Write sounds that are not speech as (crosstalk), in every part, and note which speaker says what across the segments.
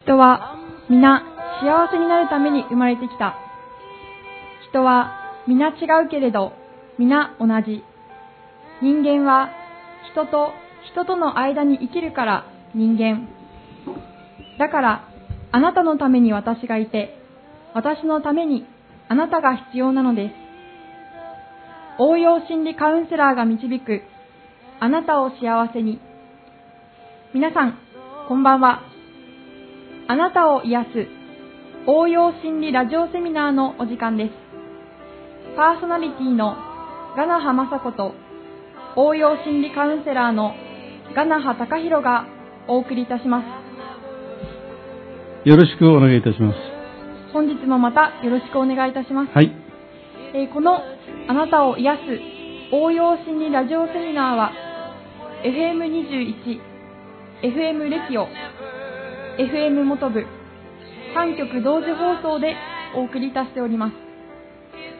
Speaker 1: 人は皆幸せになるために生まれてきた。人は皆違うけれど、皆同じ。人間は人と人との間に生きるから人間。だから、あなたのために私がいて、私のためにあなたが必要なのです。応用心理カウンセラーが導く、あなたを幸せに。皆さん、こんばんは。あなたを癒す応用心理ラジオセミナーのお時間です。パーソナリティのガナハマサコと応用心理カウンセラーのガナハタカヒロがお送りいたします。
Speaker 2: よろしくお願いいたします。
Speaker 1: 本日もまたよろしくお願いいたします。
Speaker 2: はい。
Speaker 1: えーこのあなたを癒す応用心理ラジオセミナーは FM21、FM レキオ、FM 元部、3局同時放送でお送りいたしております。え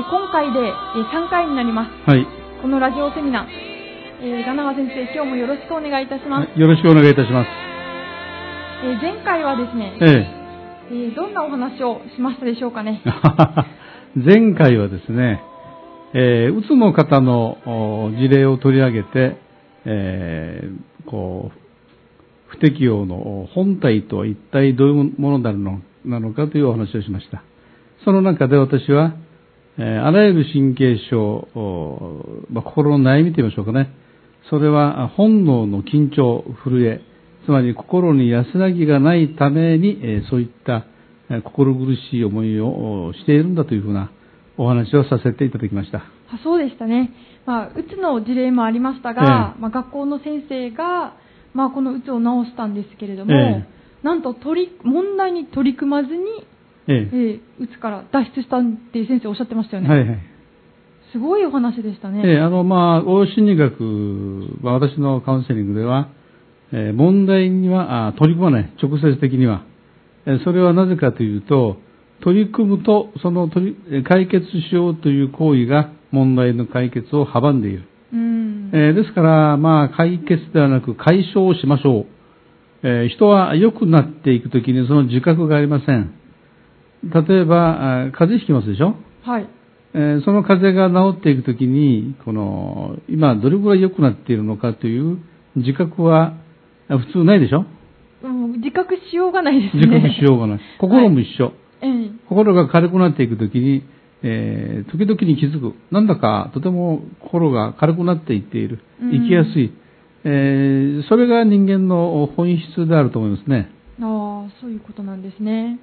Speaker 1: ー今回で、えー3回になります。
Speaker 2: はい。
Speaker 1: このラジオセミナー、えー、ガナワ先生、今日もよろしくお願いいたします。
Speaker 2: よろしくお願いいたします。
Speaker 1: えー前回はですね、
Speaker 2: ええ。 (laughs)
Speaker 1: えーどんなお話をしましたでしょうかね。
Speaker 2: 前回はですね、えー、うつの方のお事例を取り上げて、えーこう、不適応のお本体とは一体どういうものなのなのかというお話をしました。その中で私は、えーあらゆる神経症、おまあ、心の悩みと言いましょうかね。それはあ本能の緊張、震え、つまり心に安らぎがないために、えーそういったえー心苦しい思いをおしているんだというふうなお話をさせていただきました。
Speaker 1: あそうでしたね、まあ、うつの事例もありましたが、
Speaker 2: え
Speaker 1: まあ、学校の先生が、まあ、このうつを治したんですけれども、
Speaker 2: え
Speaker 1: なんと取り問題に取り組まずに、
Speaker 2: ええ
Speaker 1: えうつから脱出したっていう先生おっしゃってましたよね、
Speaker 2: はいはい。
Speaker 1: すごいお話でしたね、
Speaker 2: ええあの、まあ、応用心理学は私のカウンセリングでは、えー問題にはあ取り組まない、直接的には。えーそれはなぜかというと、取り組むと、その取りえー解決しようという行為が問題の解決を阻んでいる。
Speaker 1: うん
Speaker 2: えーですから、まあ、解決ではなく解消をしましょう。えー人は良くなっていくときにその自覚がありません。例えば、あー風邪ひきますでしょ
Speaker 1: はい、
Speaker 2: えーその風邪が治っていくときに、この、今どれぐらい良くなっているのかという自覚は、あ普通ないでしょ
Speaker 1: うん自覚しようがないですね
Speaker 2: 自覚しようがない。心も一緒。
Speaker 1: (laughs) ええ
Speaker 2: 心が軽くなっていくときに、えー時々に気づく。なんだか、とても心が軽くなっていっている。
Speaker 1: うん
Speaker 2: 生きやすい。えーそれが人間の本質であると思いますね。
Speaker 1: ああそういうことなんですね、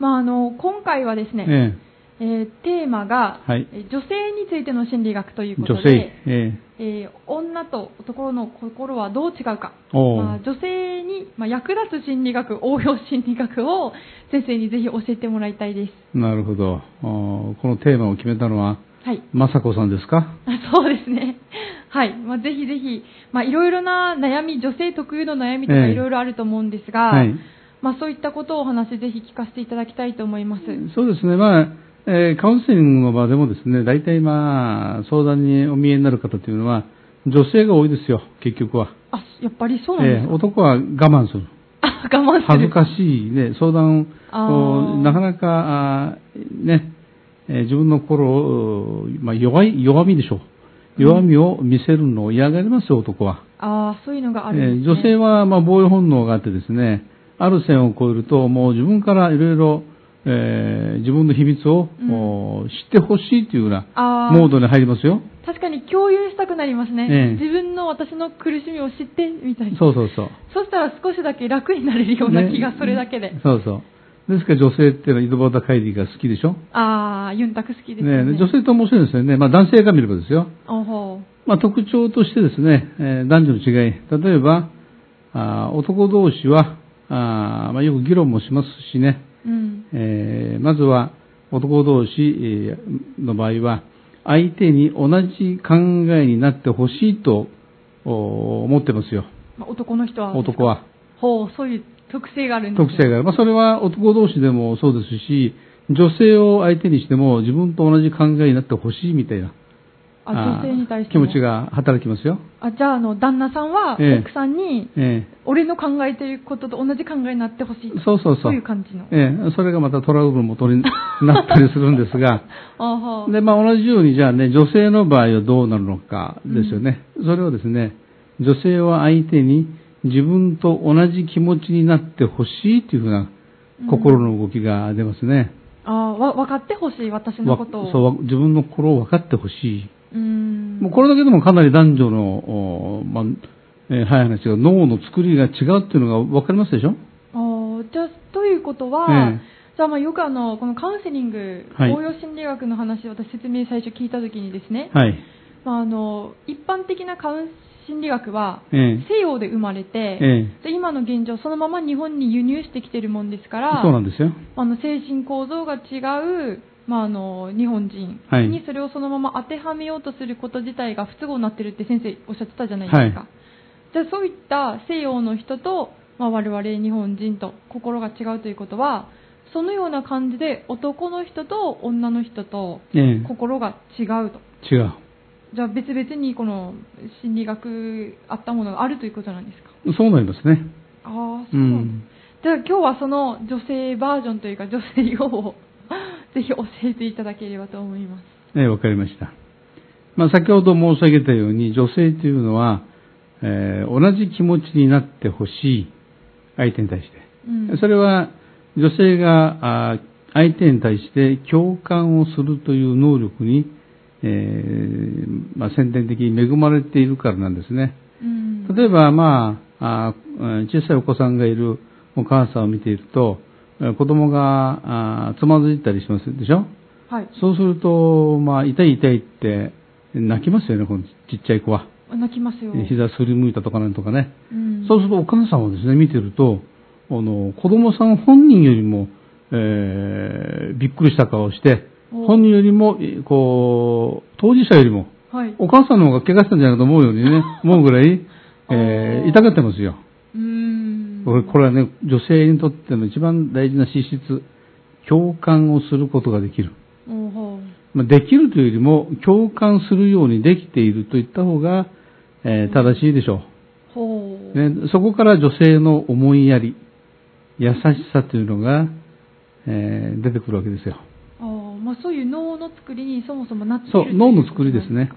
Speaker 1: まあ、あの今回はですね、
Speaker 2: え
Speaker 1: えーテーマが、
Speaker 2: はい
Speaker 1: えー女性についての心理学という
Speaker 2: え
Speaker 1: こと
Speaker 2: 女
Speaker 1: で
Speaker 2: 性。え
Speaker 1: えー女と男の心はどう違うか、
Speaker 2: えおう
Speaker 1: まあ女性に、まあ役立つ心理学応用心理学を先生にぜひ教えてもらいたいです
Speaker 2: なるほど。おこのテーマを決めたのは、
Speaker 1: はい (laughs)
Speaker 2: 雅子さんですか
Speaker 1: あそうですね。はい。まあ、ぜひぜひ、まあ、いろいろな悩み、女性特有の悩みとか
Speaker 2: ええ
Speaker 1: いろいろあると思うんですが、
Speaker 2: はい
Speaker 1: まあ、そういったことをお話ぜひ聞かせていただきたいと思います。
Speaker 2: そうですね、まあえーカウンセリングの場でもですね、大体まあ、相談にお見えになる方というのは、女性が多いですよ、結局は。
Speaker 1: あ、やっぱりそうなんで
Speaker 2: え
Speaker 1: す
Speaker 2: ー
Speaker 1: か、
Speaker 2: 男は我慢する。
Speaker 1: あ、我慢する。
Speaker 2: 恥ずかしいね、相談
Speaker 1: あー
Speaker 2: をなかなか、あーね、えー自分の心を、まあ、弱い、弱みでしょう。弱みを見せるのを嫌がりますよ、男は。
Speaker 1: ああ、そういうのがあ
Speaker 2: え
Speaker 1: るん
Speaker 2: ー
Speaker 1: です、ね
Speaker 2: 女性は、まあ、防衛本能があってですね、ある線を越えると、もう自分からいろいろ、えー自分の秘密を、
Speaker 1: うん
Speaker 2: もう知ってほしいというような
Speaker 1: あー
Speaker 2: モードに入りますよ。
Speaker 1: 確かに共有したくなりますね、
Speaker 2: ええ
Speaker 1: 自分の私の苦しみを知ってみたいな
Speaker 2: そうそうそう。
Speaker 1: そしたら少しだけ楽になれるような
Speaker 2: ね
Speaker 1: 気がそれだけで、
Speaker 2: そうそう。ですから女性っていうのは井戸端会議が好きでしょ。
Speaker 1: ああユンタク好きです
Speaker 2: ね
Speaker 1: よね
Speaker 2: 女性と面白いですよね。まあ男性が見ればですよ。
Speaker 1: おほ
Speaker 2: まあ、特徴としてですね、えー男女の違い、例えば、あー男同士は、あーまあ、よく議論もしますしね、
Speaker 1: ううん
Speaker 2: えーまずは男同士えーの場合は、相手に同じ考えになってほしいとお思ってますよ、
Speaker 1: まあ男の人は
Speaker 2: 男は。
Speaker 1: ほうそういう特性があるんです
Speaker 2: 特性がある。まあ、それは男同士でもそうですし、女性を相手にしても自分と同じ考えになってほしいみたいな、
Speaker 1: あ
Speaker 2: あー
Speaker 1: 女性に対して
Speaker 2: 気
Speaker 1: も
Speaker 2: 持ちが働きますよ。
Speaker 1: あじゃああの旦那さんは
Speaker 2: ええ
Speaker 1: 奥さんに
Speaker 2: え
Speaker 1: 俺の考えてることと同じ考えになってほしい
Speaker 2: えそうそうそう。
Speaker 1: という感じの
Speaker 2: ええそれがまたトラブル元になったりするんですが、
Speaker 1: (laughs) あーはー
Speaker 2: で、まあ同じように、じゃあね、女性の場合はどうなるのかですよね。それをですね、女性は相手に自分と同じ気持ちになってほしいというふうな心の動きが出ますね。
Speaker 1: あーわ分かってほしい私の
Speaker 2: わ
Speaker 1: ことを
Speaker 2: そうわ自分の心を分かってほしい。
Speaker 1: うーん
Speaker 2: もうこれだけでもかなり男女の、おまあえー早い話が脳の作りが違うっていうのが分かりますでしょ
Speaker 1: あーじゃあということは、
Speaker 2: ええ
Speaker 1: じゃあまあよくあのこのカウンセリング、
Speaker 2: はい
Speaker 1: 応用心理学の話を私説明最初聞いた時にですね、
Speaker 2: はい。
Speaker 1: まあ、あの一般的なカウン心理学は
Speaker 2: ええ
Speaker 1: 西洋で生まれて、
Speaker 2: え
Speaker 1: で今の現状そのまま日本に輸入してきてるもんですから
Speaker 2: そうなんですよ。
Speaker 1: あの精神構造が違う、まあ、あの日本人
Speaker 2: はい
Speaker 1: にそれをそのまま当てはめようとすること自体が不都合になってるって先生おっしゃってたじゃないですか、
Speaker 2: はい
Speaker 1: じゃあそういった西洋の人と、まあ、我々日本人と心が違うということはそのような感じで男の人と女の人と
Speaker 2: ええ
Speaker 1: 心が違うと
Speaker 2: 違う。
Speaker 1: じゃあ別々にこの心理学あったものがあるということなんですか
Speaker 2: そうなりますね。
Speaker 1: ああ
Speaker 2: う
Speaker 1: そうなんだ
Speaker 2: ん。
Speaker 1: じゃあ今日はその女性バージョンというか女性用を (laughs) ぜひ教えていただければと思います。
Speaker 2: ええわかりました。まあ、先ほど申し上げたように、女性というのは、えー同じ気持ちになってほしい相手に対して。
Speaker 1: うん、
Speaker 2: それは、女性があー相手に対して共感をするという能力に、えーまあ、先天的に恵まれているからなんですね。
Speaker 1: うん、
Speaker 2: 例えば、まあ、あー小さいお子さんがいるお母さんを見ていると、えー子供があーつまずいたりしますでしょ
Speaker 1: はい。
Speaker 2: そうすると、まあ、痛い痛いって泣きますよね、このちっちゃい子は。
Speaker 1: 泣きますよ。
Speaker 2: 膝すりむいたとかなんとかね。
Speaker 1: うん、
Speaker 2: そうするとお母さんをですね、見てると、あの、子供さん本人よりも、えーびっくりした顔をして、
Speaker 1: お
Speaker 2: 本人よりも、えーこう、当事者よりも、
Speaker 1: はい。
Speaker 2: お母さんの方が怪我したんじゃないかと思うようにね、
Speaker 1: (laughs)
Speaker 2: 思うぐらい、えー
Speaker 1: お
Speaker 2: 痛がってますよ。
Speaker 1: うん。
Speaker 2: これこれはね、女性にとっての一番大事な資質、共感をすることができる。
Speaker 1: おうほう
Speaker 2: まあできるというよりも、共感するようにできているといった方が、えー正しいでしょう。
Speaker 1: ほう。
Speaker 2: ね、そこから女性の思いやり、優しさというのが、えー出てくるわけですよ。
Speaker 1: あーまあ、そういう脳の作りにそもそもなっている
Speaker 2: そう、
Speaker 1: とい
Speaker 2: 脳の作りですね。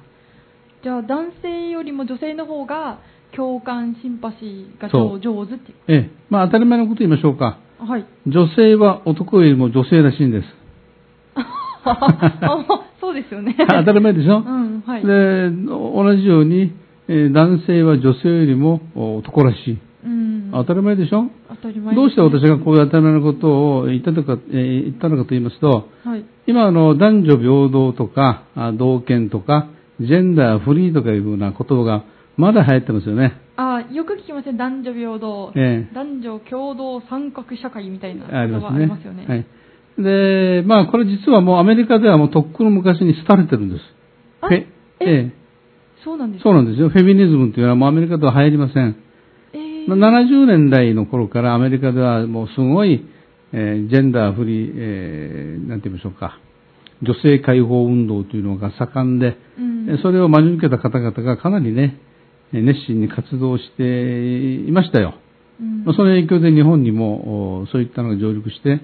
Speaker 1: じゃあ男性よりも女性の方が共感シンパシーが
Speaker 2: そう
Speaker 1: 上上手ってい
Speaker 2: ええ、まあ当たり前のこと言いましょうか。
Speaker 1: う
Speaker 2: (laughs)
Speaker 1: はい (laughs)
Speaker 2: 女性は男よりも女性らしいんです。 (laughs)
Speaker 1: あそうですよね
Speaker 2: 当たり前でし
Speaker 1: う
Speaker 2: ょ、
Speaker 1: んはい
Speaker 2: で、同じように、えー男性は女性よりもお男らしい。
Speaker 1: うん
Speaker 2: 当たり前でしょ、
Speaker 1: 当たり前
Speaker 2: どうして私
Speaker 1: が
Speaker 2: がこういう当たり前のことを言ったのか、えー言ったのかと言いますと、
Speaker 1: はい
Speaker 2: 今あの男女平等とか、あ同権とか、ジェンダーフリーとかいうふうな言葉がまだ流行ってますよね。
Speaker 1: あよく聞きません、男女平等、
Speaker 2: ええ
Speaker 1: 男女共同三角社会みたいな
Speaker 2: あり
Speaker 1: 言
Speaker 2: ま
Speaker 1: 葉
Speaker 2: す
Speaker 1: あ
Speaker 2: ね。
Speaker 1: りますよね。
Speaker 2: はい。で、まあこれ実はもうアメリカではもうとっくの昔に廃れてるんです。
Speaker 1: あ
Speaker 2: フェえ
Speaker 1: そうなんで
Speaker 2: え
Speaker 1: す
Speaker 2: そう
Speaker 1: う
Speaker 2: なんですよ。フェミニズムというのはもうアメリカでは流行りません。
Speaker 1: えー
Speaker 2: 70年代の頃からアメリカではもうすごい、えージェンダーフリー、えーなんて言いましょうか、女性解放運動というのが盛んで、
Speaker 1: うん
Speaker 2: えそれを真に受けた方々がかなりね、え熱心に活動していましたよ。
Speaker 1: うん
Speaker 2: まあその影響で日本にもおそういったのが上陸して、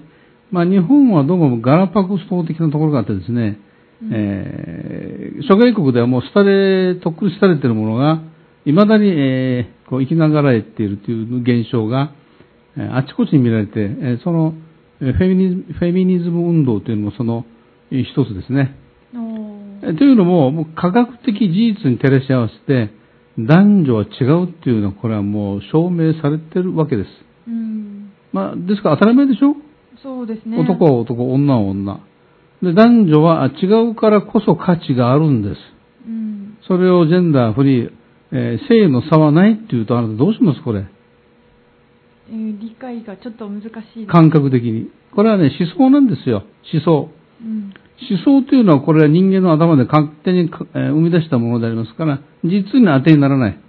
Speaker 2: まあ、日本はどうもガラパゴス島的なところがあってですね、えー諸外国ではもう廃れ、とっくに廃れているものが、いまだに、えーこう生きながらえっているという現象が、えーあちこちに見られて、えーそのえーフェミニフェミニズム運動というのもそのえー一つですね。
Speaker 1: おー
Speaker 2: えーというのも、もう科学的事実に照らし合わせて、男女は違うっていうのは、これはもう証明されてるわけです。
Speaker 1: うん、
Speaker 2: まあ、ですから当たり前でしょ、
Speaker 1: そうですね。
Speaker 2: 男は男、女は女。で、男女は違うからこそ価値があるんです。
Speaker 1: うん、
Speaker 2: それをジェンダーフリー、えー性の差はないっていうとあなたどうしますこれ。
Speaker 1: えー理解がちょっと難しいです。
Speaker 2: 感覚的に。これはね、思想なんですよ。思想。
Speaker 1: うん
Speaker 2: 思想というのはこれは人間の頭で勝手にか、えー生み出したものでありますから、実に当てにならない。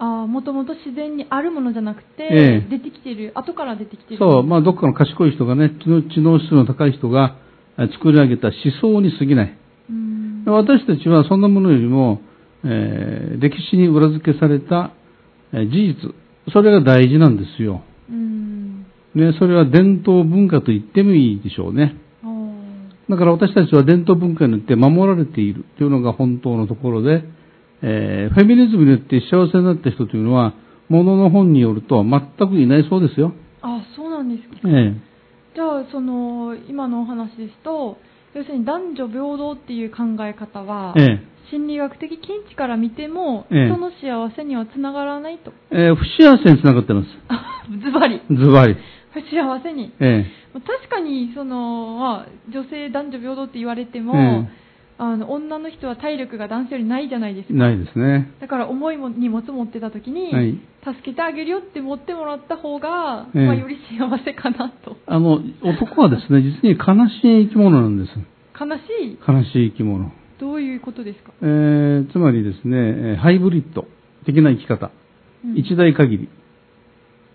Speaker 1: あもともと自然にあるものじゃなくて、
Speaker 2: ええ
Speaker 1: 出てきている、後から出てきている。
Speaker 2: そう、まあどっかの賢い人がね、知能知能指数の高い人がえー作り上げた思想に過ぎない。
Speaker 1: うん
Speaker 2: 私たちはそんなものよりも、えー歴史に裏付けされたえー事実、それが大事なんですよ。
Speaker 1: うん。
Speaker 2: ね、それは伝統文化と言ってもいいでしょうね。
Speaker 1: おー
Speaker 2: だから私たちは伝統文化によって守られているというのが本当のところで、えーフェミニズムによって幸せになった人というのは、ものの本によると全くいないそうですよ。
Speaker 1: あ、そうなんですか。
Speaker 2: ええ
Speaker 1: じゃあ、その、今のお話ですと、要するに男女平等っていう考え方は、
Speaker 2: え
Speaker 1: 心理学的見地から見ても、
Speaker 2: ええ
Speaker 1: 人の幸せにはつながらないと。 (laughs)
Speaker 2: ええー不幸せにつながってます。
Speaker 1: あズバリ。
Speaker 2: ズバリ。
Speaker 1: 不幸せに。
Speaker 2: え
Speaker 1: 確かに、その、まあ、女性男女平等って言われても、
Speaker 2: ええ
Speaker 1: あの、女の人は体力が男性よりないじゃないです
Speaker 2: え
Speaker 1: か。
Speaker 2: ないですね。
Speaker 1: だから重いも荷物持ってた時に、
Speaker 2: はい
Speaker 1: 助けてあげるよって持ってもらった方が、
Speaker 2: ええ
Speaker 1: まあ、より幸せかなと。
Speaker 2: あの、男はですね、実に悲しい生き物なんです。
Speaker 1: 悲しい
Speaker 2: 悲しい生き物。
Speaker 1: どういうことですか、
Speaker 2: えーつまりですね、えーハイブリッド的な生き方。
Speaker 1: うん
Speaker 2: 一代限り。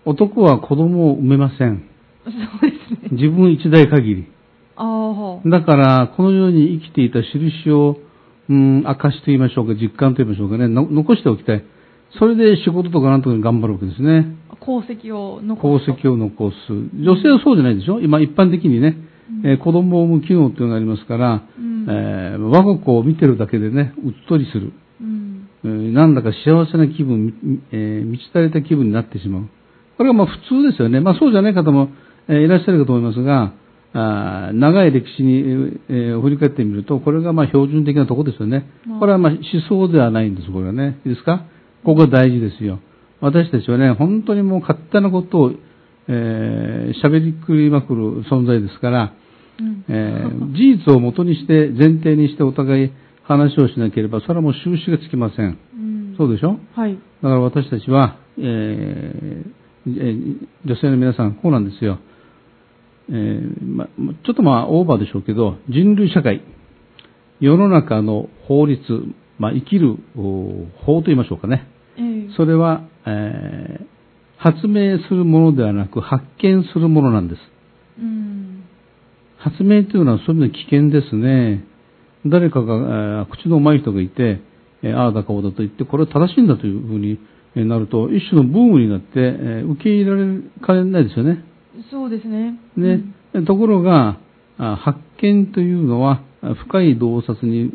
Speaker 2: 男は子供を産めません。
Speaker 1: そうですね。
Speaker 2: 自分一代限り。
Speaker 1: ああ。
Speaker 2: だから、この世に生きていた印を、うん、証と言いましょうか、実感と言いましょうかね、の残しておきたい。それで仕事とかなんとかに頑張るわけですね。
Speaker 1: 功績を残
Speaker 2: 功
Speaker 1: すと。
Speaker 2: 績を残す。女性はそうじゃないでしょ今、一般的にね、えー子供を産む機能というのがありますから、
Speaker 1: うん
Speaker 2: えー我が子を見てるだけでね、うっとりする。
Speaker 1: うん。
Speaker 2: えーなんだか幸せな気分、みえー満ち足れた気分になってしまう。これはまあ普通ですよね。まあそうじゃない方も、えーいらっしゃるかと思いますが、あー長い歴史に、えーえー振り返ってみると、これがまあ標準的なところですよね
Speaker 1: まあ。
Speaker 2: これはまあ思想ではないんです、これはね。いいですかここが大事ですよ。私たちはね、本当にもう勝手なことを、えー喋りくりまくる存在ですから、
Speaker 1: うん。
Speaker 2: え
Speaker 1: (laughs)
Speaker 2: ー事実を元にして、前提にしてお互い話をしなければ、それはもう収拾がつきません。
Speaker 1: うん
Speaker 2: そうでしょ
Speaker 1: はい。
Speaker 2: だから私たちは、えーえー女性の皆さん、こうなんですよ。えーま、ちょっとまあオーバーでしょうけど、人類社会、世の中の法律、まあ、生きるお法と言いましょうかね。
Speaker 1: ええ
Speaker 2: それは、えー発明するものではなく発見するものなんです。
Speaker 1: うん。
Speaker 2: 発明というのはそういうの危険ですね。誰かが、えー口のうまい人がいて、えーああだかおだと言って、これは正しいんだというふうにえーなると、一種のブームになって、えー受け入れられかねないですよね。
Speaker 1: そうですね。
Speaker 2: ね。ところが、あ発見というのは、あ深い洞察に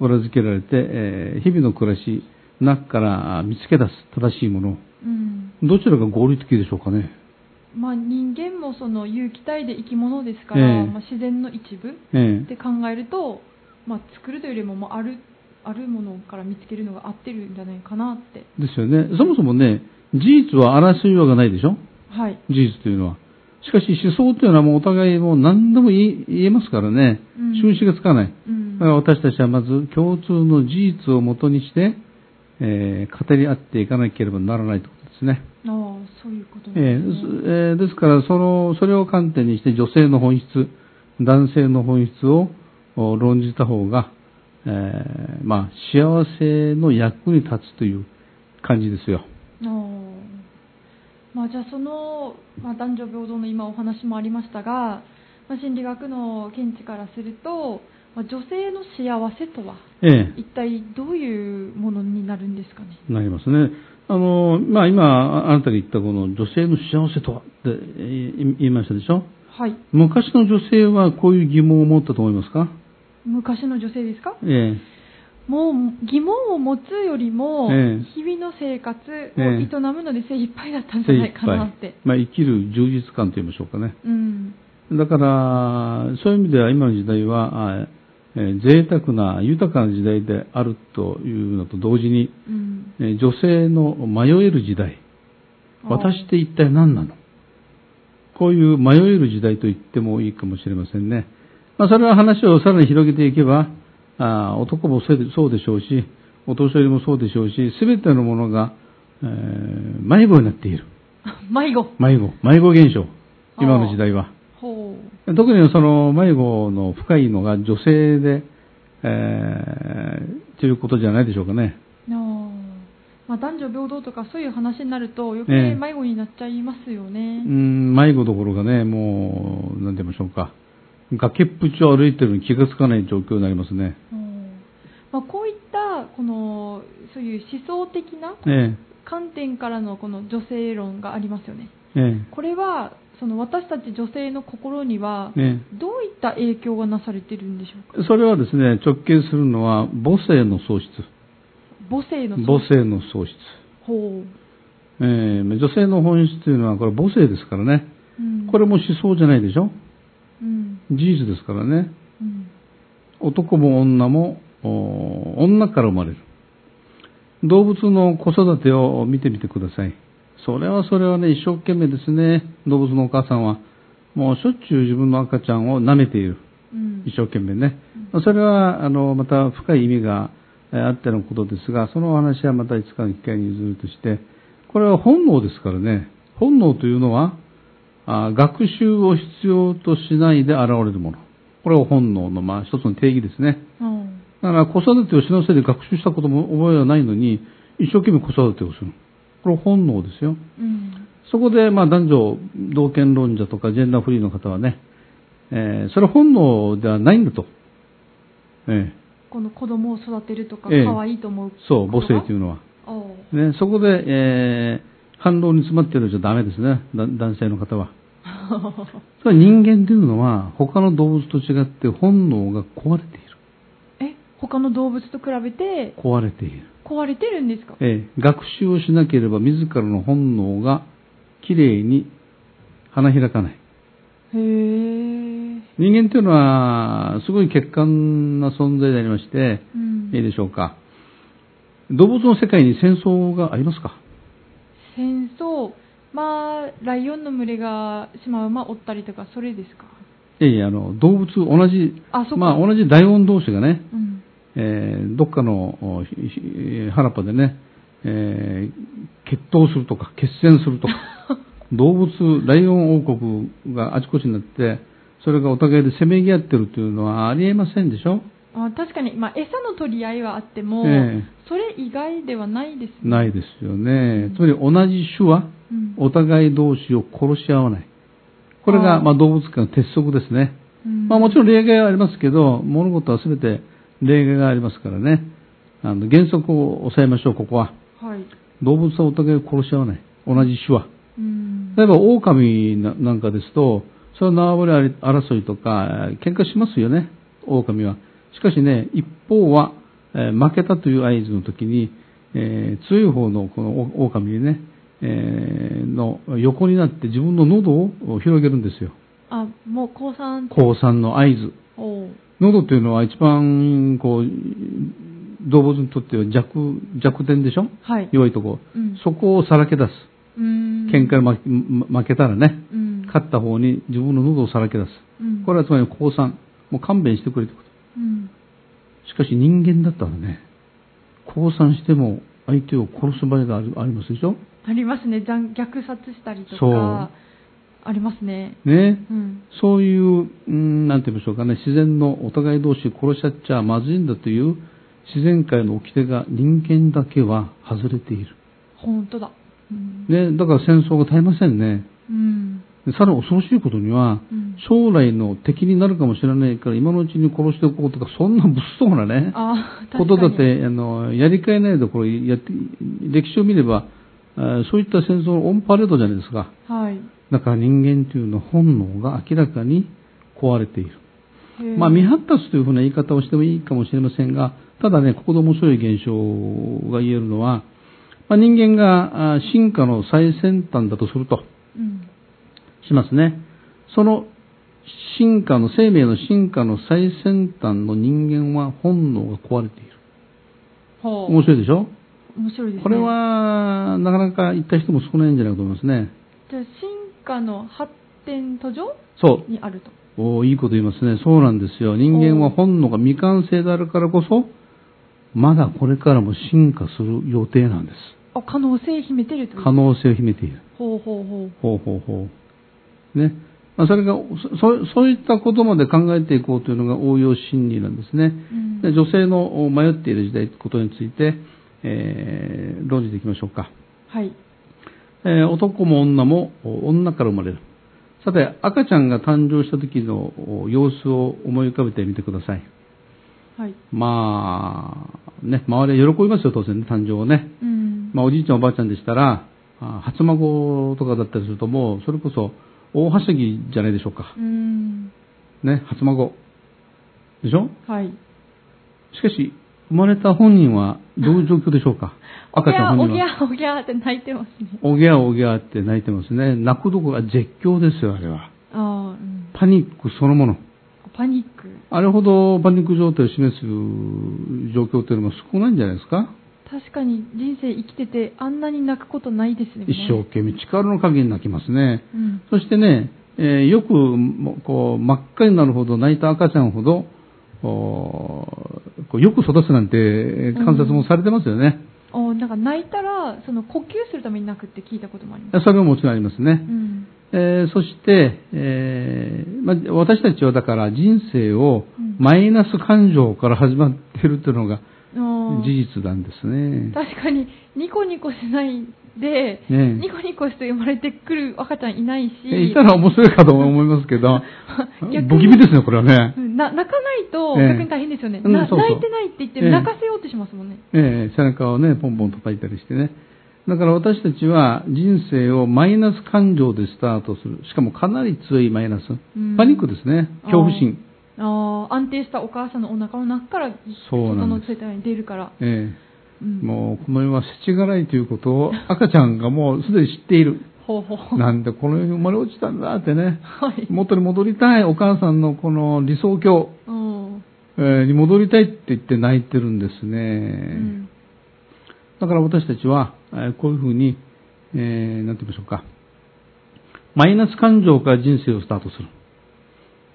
Speaker 2: 裏付けられて、えー日々の暮らし、中からあ見つけ出す正しいもの。
Speaker 1: うん。
Speaker 2: どちらが合理的でしょうかね。
Speaker 1: まあ、人間もその有機体で生き物ですから、
Speaker 2: ええ
Speaker 1: まあ、自然の一部
Speaker 2: ええ
Speaker 1: って考えると、まあ、作るというよりももうあるあるものから見つけるのが合ってるんじゃないかなって
Speaker 2: ですよね。そもそもね、事実は争いようがないでしょ
Speaker 1: はい、
Speaker 2: 事実というのは。しかし思想というのはもうお互いもう何でも言い言えますからね
Speaker 1: うん、
Speaker 2: 収拾がつかない。
Speaker 1: うん
Speaker 2: だから私たちはまず共通の事実をもとにして、えー語り合っていかなければならないということですね。
Speaker 1: ああそういうこと
Speaker 2: え
Speaker 1: なん
Speaker 2: ー
Speaker 1: ですね、
Speaker 2: すえーですからその、それを観点にして女性の本質、男性の本質をお論じた方が、えーまあ、幸せの役に立つという感じですよ。
Speaker 1: ああまあ、じゃあその、まあ、男女平等の今お話もありましたが、まあ、心理学の見地からすると、まあ、女性の幸せとは
Speaker 2: ええ
Speaker 1: 一体どういうものになるんですかね
Speaker 2: なりますね。あの、まあ、今、ああなたが言ったこの女性の幸せとはってえー言いましたでしょ
Speaker 1: はい
Speaker 2: 昔の女性はこういう疑問を持ったと思いますか
Speaker 1: 昔の女性ですか
Speaker 2: ええ
Speaker 1: もう疑問を持つよりも、
Speaker 2: ええ
Speaker 1: 日々の生活を
Speaker 2: ええ
Speaker 1: 営むので精一杯だったんじ
Speaker 2: 精
Speaker 1: ゃない
Speaker 2: 一
Speaker 1: か
Speaker 2: 杯
Speaker 1: なって、
Speaker 2: まあ、生きる充実感と言いましょうかね。
Speaker 1: うん、
Speaker 2: だから、そういう意味では今の時代は、あえー贅沢な、豊かな時代であるというのと同時に、
Speaker 1: うん、
Speaker 2: えー女性の迷える時代。
Speaker 1: あー
Speaker 2: 私って一体何なのこういう迷える時代と言ってもいいかもしれませんね。まあ、それは話をさらに広げていけば、あー男もそうでそうでしょうし、お年寄りもそうでしょうし、すべてのものが、えー迷子になっている。
Speaker 1: 迷子
Speaker 2: 迷子。迷子現象。
Speaker 1: あー
Speaker 2: 今の時代は。
Speaker 1: ほう
Speaker 2: 特にその迷子の深いのが女性で、えーということじゃないでしょうかね。
Speaker 1: あーまあ、男女平等とかそういう話になると余
Speaker 2: え
Speaker 1: 計
Speaker 2: え
Speaker 1: 迷子になっちゃいますよ
Speaker 2: う
Speaker 1: ね、
Speaker 2: ん、迷子どころかね、もう、なんて言いましょうか。崖っぷちを歩いてるのに気がつかない状況になりますね。
Speaker 1: うんそういう思想的な
Speaker 2: え
Speaker 1: 観点からのこの女性論がありますよね。
Speaker 2: え、え
Speaker 1: これはその私たち女性の心には
Speaker 2: え、え
Speaker 1: どういった影響がなされてるんでしょうか
Speaker 2: え。それはですね、直見するのは母性の喪失。
Speaker 1: 母性の
Speaker 2: 母性の喪失。
Speaker 1: ほう、
Speaker 2: ええ女性の本質というのはこれ母性ですからね。
Speaker 1: うん、
Speaker 2: これも思想じゃないでしょ
Speaker 1: うん
Speaker 2: 事実ですからね。
Speaker 1: うん
Speaker 2: 男も女もお女から生まれる動物の子育てを見てみてくださいそれはそれはね一生懸命ですね動物のお母さんはもうしょっちゅう自分の赤ちゃんを舐めている
Speaker 1: うん
Speaker 2: 一生懸命ねそれはあのまた深い意味がえあってのことですがそのお話はまたいつかの機会に譲るとしてこれは本能ですからね本能というのはあ学習を必要としないで現れるものこれを本能のまあ一つの定義ですね
Speaker 1: うん
Speaker 2: だから子育てをしのせいで学習したことも覚えはないのに、一生懸命子育てをする。これ本能ですよ。
Speaker 1: うん
Speaker 2: そこで、まあ男女、同権論者とかジェンダーフリーの方はね、えーそれ本能ではないんだと。え
Speaker 1: この子供を育てるとか
Speaker 2: ええ
Speaker 1: 可愛いと思う
Speaker 2: えそう、母性といううのは。
Speaker 1: おう
Speaker 2: ね、そこで、えー反論に詰まっているじゃダメですね、だ男性の方は。つまり人間というのは、他の動物と違って本能が壊れている。
Speaker 1: え他の動物と比べて
Speaker 2: 壊れている。
Speaker 1: 壊れてるんですか
Speaker 2: ええ学習をしなければ自らの本能がきれいに花開かない。
Speaker 1: へえ
Speaker 2: 人間というのは、すごい欠陥な存在でありまして、
Speaker 1: うん
Speaker 2: いいでしょうか。動物の世界に戦争がありますか
Speaker 1: 戦争まあライオンの群れがシマウマ追ったりとかそれですか
Speaker 2: いやいや、あの、動物、同じ、
Speaker 1: あそっか
Speaker 2: まあ、同じ大音同士がね、
Speaker 1: うん
Speaker 2: えーどっかのおひひ原っぱでね、えー決闘するとか、決戦するとか、
Speaker 1: (laughs)
Speaker 2: 動物、ライオン王国があちこちになって、それがお互いでせめぎ合ってるというのはありえませんでしょ
Speaker 1: あ確かに、まあ、餌の取り合いはあっても、
Speaker 2: ええ
Speaker 1: それ以外ではないですね。
Speaker 2: ないですよね。つまり同じ種は、
Speaker 1: うん
Speaker 2: お互い同士を殺し合わない。これ
Speaker 1: あ
Speaker 2: が、
Speaker 1: ー
Speaker 2: まあ、動物界の鉄則ですね。
Speaker 1: うん
Speaker 2: まあもちろん例外はありますけど、物事は全て例外がありますからね。あの原則を抑えましょう、ここは。
Speaker 1: はい。
Speaker 2: 動物はお互いを殺し合わない。同じ種は。
Speaker 1: うん。
Speaker 2: 例えば、狼ななんかですと、それは縄張り争いとか、えー喧嘩しますよね。狼は。しかしね、一方は、えー負けたという合図の時に、えー強い方のこのお狼ね、えーの横になって自分の喉を広げるんですよ。
Speaker 1: あ、もう高三
Speaker 2: 降参の合図。
Speaker 1: おう
Speaker 2: 喉というのは一番、こう、動物にとっては弱、弱点でしょ
Speaker 1: はい。
Speaker 2: 弱いとこ。
Speaker 1: うん。
Speaker 2: そこをさらけ出す。
Speaker 1: うん。
Speaker 2: 喧嘩に負け負けたらね、
Speaker 1: うん。
Speaker 2: 勝った方に自分の喉をさらけ出す。
Speaker 1: うん。
Speaker 2: これはつまり降参。もう勘弁してくれってこ
Speaker 1: うん。
Speaker 2: と。しかし人間だったらね、降参しても相手を殺す場合があるありますでしょ
Speaker 1: ありますね。じゃん虐殺したりとか。
Speaker 2: そう
Speaker 1: ありますね。
Speaker 2: ね。
Speaker 1: うん。
Speaker 2: そういう、うんなんて言うんでしょうかね、自然のお互い同士殺し合っちゃまずいんだという自然界の掟が人間だけは外れている。
Speaker 1: 本当だ。うん。
Speaker 2: ね、だから戦争が絶えませんね。
Speaker 1: うん。
Speaker 2: でさらに恐ろしいことには、
Speaker 1: うん
Speaker 2: 将来の敵になるかもしれないから今のうちに殺しておこうとか、そんな物騒なね、
Speaker 1: あー確かに
Speaker 2: ことだって、あの、やりかえないとこれやって、歴史を見れば、あーそういった戦争のオンパレードじゃないですか。
Speaker 1: はい。
Speaker 2: だから人間というのは本能が明らかに壊れている。
Speaker 1: へー
Speaker 2: まあ、未発達というふうな言い方をしてもいいかもしれませんが、ただね、ここで面白い現象が言えるのは、まあ、人間があー進化の最先端だとすると
Speaker 1: うん。
Speaker 2: しますね。その進化の、生命の進化の最先端の人間は本能が壊れている。
Speaker 1: ほう。
Speaker 2: 面白いでしょ
Speaker 1: 面白いですね。
Speaker 2: これは、なかなか言った人も少ないんじゃないかと思いますね。
Speaker 1: じゃあ進化の発展途上
Speaker 2: そ
Speaker 1: にあると。
Speaker 2: う。おーいいこと言いますね。そうなんですよ。人間は本能が未完成であるからこそ、まだこれからも進化する予定なんです。
Speaker 1: あ、可能性秘めてるってこと
Speaker 2: 可能性を秘めている。
Speaker 1: ほうほうほう。
Speaker 2: ほうほうほう。ね。まあ、それがそ、そそういったことまで考えていこうというのが応用心理なんですね。
Speaker 1: うん
Speaker 2: で女性のお迷っている時代ということについて、えー論じていきましょうか。
Speaker 1: はい。
Speaker 2: えー男も女もお女から生まれる。さて、赤ちゃんが誕生した時のお様子を思い浮かべてみてください。
Speaker 1: はい。
Speaker 2: まあ、ね、周りは喜びますよ、当然ね、誕生をね。
Speaker 1: うん。
Speaker 2: まあ、おじいちゃんおばあちゃんでしたら、あ初孫とかだったりするともう、それこそ、大はしゃぎじゃないでしょうか
Speaker 1: う。ん。
Speaker 2: ね、初孫。でしょ
Speaker 1: はい。
Speaker 2: しかし、生まれた本人はどういう状況でしょうか
Speaker 1: おぎ
Speaker 2: 赤ち
Speaker 1: ゃ
Speaker 2: ゃ
Speaker 1: ー
Speaker 2: ん
Speaker 1: お
Speaker 2: 本
Speaker 1: ぎ
Speaker 2: 人
Speaker 1: ゃ
Speaker 2: は。
Speaker 1: ーおぎゃーって泣いてますね。
Speaker 2: おぎゃおぎゃって泣いてますね。泣くどころか絶叫ですよ、あれは。
Speaker 1: ああ、うん。
Speaker 2: パニックそのもの。
Speaker 1: パニック。
Speaker 2: あれほどパニック状態を示す状況というのも少ないんじゃないですか
Speaker 1: 確かに人生生きててあんなに泣くことないですね。
Speaker 2: 一生懸命力の限り泣きますね。
Speaker 1: うん。
Speaker 2: そしてね、えーよくもこう真っ赤になるほど泣いた赤ちゃんほど、おーこうよく育つなんてえー観察もされてますよね。
Speaker 1: おなんか泣いたら、その呼吸するために泣くって聞いたこともあります。
Speaker 2: それももちろんありますね。
Speaker 1: うん。
Speaker 2: えーそして、えーまあ、私たちはだから人生を
Speaker 1: うん
Speaker 2: マイナス感情から始まってるというのが
Speaker 1: あ
Speaker 2: 事
Speaker 1: ー
Speaker 2: 実なんですね。
Speaker 1: 確かに、ニコニコしないで、
Speaker 2: ね
Speaker 1: ニコニコして生まれてくる赤ちゃんいないし、
Speaker 2: えいたら面白いかと思いますけど
Speaker 1: (laughs) 逆に、
Speaker 2: 不気味ですね、これはね
Speaker 1: う。んな泣かないと
Speaker 2: ええ
Speaker 1: 逆に大変ですよね、
Speaker 2: うん
Speaker 1: な
Speaker 2: そうそう
Speaker 1: 泣いてないって言って
Speaker 2: ええ
Speaker 1: 泣かせようとしますもんね、
Speaker 2: えー背中をね、ポンポン叩いたりしてね。だから私たちは人生をマイナス感情でスタートする。しかもかなり強いマイナス
Speaker 1: うん。
Speaker 2: パニックですね。恐怖心。
Speaker 1: あー安定したお母さんのお腹の中から
Speaker 2: そうなん
Speaker 1: の
Speaker 2: です
Speaker 1: 世帯に出るから、
Speaker 2: えー
Speaker 1: うん
Speaker 2: もうこの世は世知辛いということを赤ちゃんがもうすでに知っている。
Speaker 1: ほうほうほう
Speaker 2: なんでこの世に生まれ落ちたんだってね。
Speaker 1: (laughs) はい
Speaker 2: 元に戻りたいお母さんのこの理想郷
Speaker 1: うん
Speaker 2: えーに戻りたいって言って泣いてるんですね。
Speaker 1: うん
Speaker 2: だから私たちは、えーこういうふうに、えーなんて言いましょうか。マイナス感情から人生をスタートする。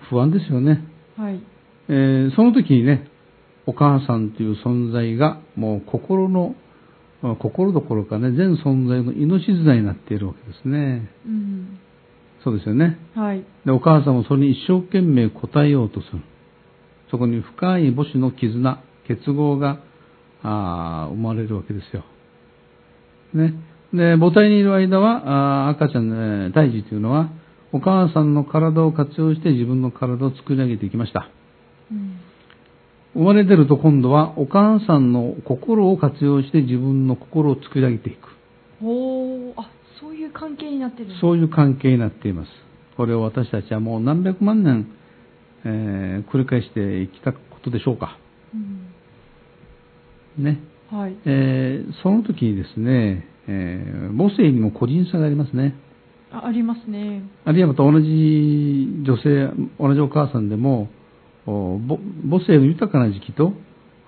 Speaker 2: 不安ですよね。
Speaker 1: はい
Speaker 2: えーその時にね、お母さんという存在が、もう心の、まあ心どころかね、全存在の命綱になっているわけですね。
Speaker 1: うん
Speaker 2: そうですよね。
Speaker 1: はい
Speaker 2: で、お母さんもそれに一生懸命応えようとする。そこに深い母子の絆、結合が、あー生まれるわけですよ。ね。で、母体にいる間は、あー赤ちゃんの、えー胎児というのは、お母さんの体を活用して自分の体を作り上げていきました。
Speaker 1: うん
Speaker 2: 生まれてると今度は、お母さんの心を活用して自分の心を作り上げていく。
Speaker 1: おーあそういう関係になってるんだ
Speaker 2: そういう関係になっています。これを私たちはもう何百万年、えー繰り返してきたことでしょうか。
Speaker 1: うん
Speaker 2: ね。
Speaker 1: はい
Speaker 2: えーその時にですね、えー母性にも個人差がありますね。
Speaker 1: あありますね
Speaker 2: あるいはまた同じ女性、同じお母さんでも、お母母性の豊かな時期と、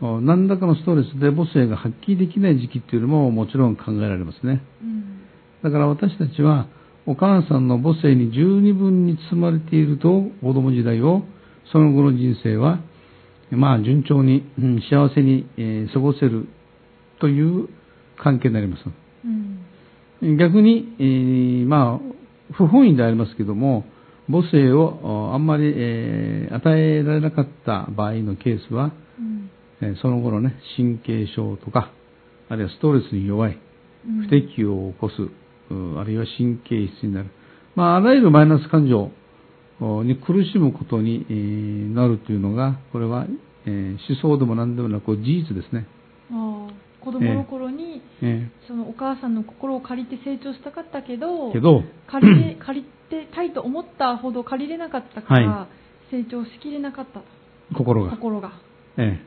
Speaker 2: お何らかのストレスで母性が発揮できない時期っていうのももちろん考えられますね。
Speaker 1: うん
Speaker 2: だから私たちはお母さんの母性に十二分に包まれていると子供時代をその後の人生はまあ順調に、うん幸せに、えー過ごせるという関係になります
Speaker 1: うん
Speaker 2: 逆に、えーまあ不本意でありますけども母性をああんまり、えー与えられなかった場合のケースは、
Speaker 1: うん
Speaker 2: えーその後のね神経症とかあるいはストレスに弱い
Speaker 1: うん
Speaker 2: 不適応を起こす、うんあるいは神経質になる、まあ、あらゆるマイナス感情おに苦しむことにえーなるというのが、これは、えー思想でも何でもなくこう事実ですね。
Speaker 1: あー子供の頃に、
Speaker 2: え
Speaker 1: そのお母さんの心を借りて成長したかったけど
Speaker 2: ーけど、
Speaker 1: 借りて (clears throat) 借りてたいと思ったほど借りれなかったから、
Speaker 2: は
Speaker 1: 成長しきれなかった
Speaker 2: 心が。
Speaker 1: 心が、
Speaker 2: え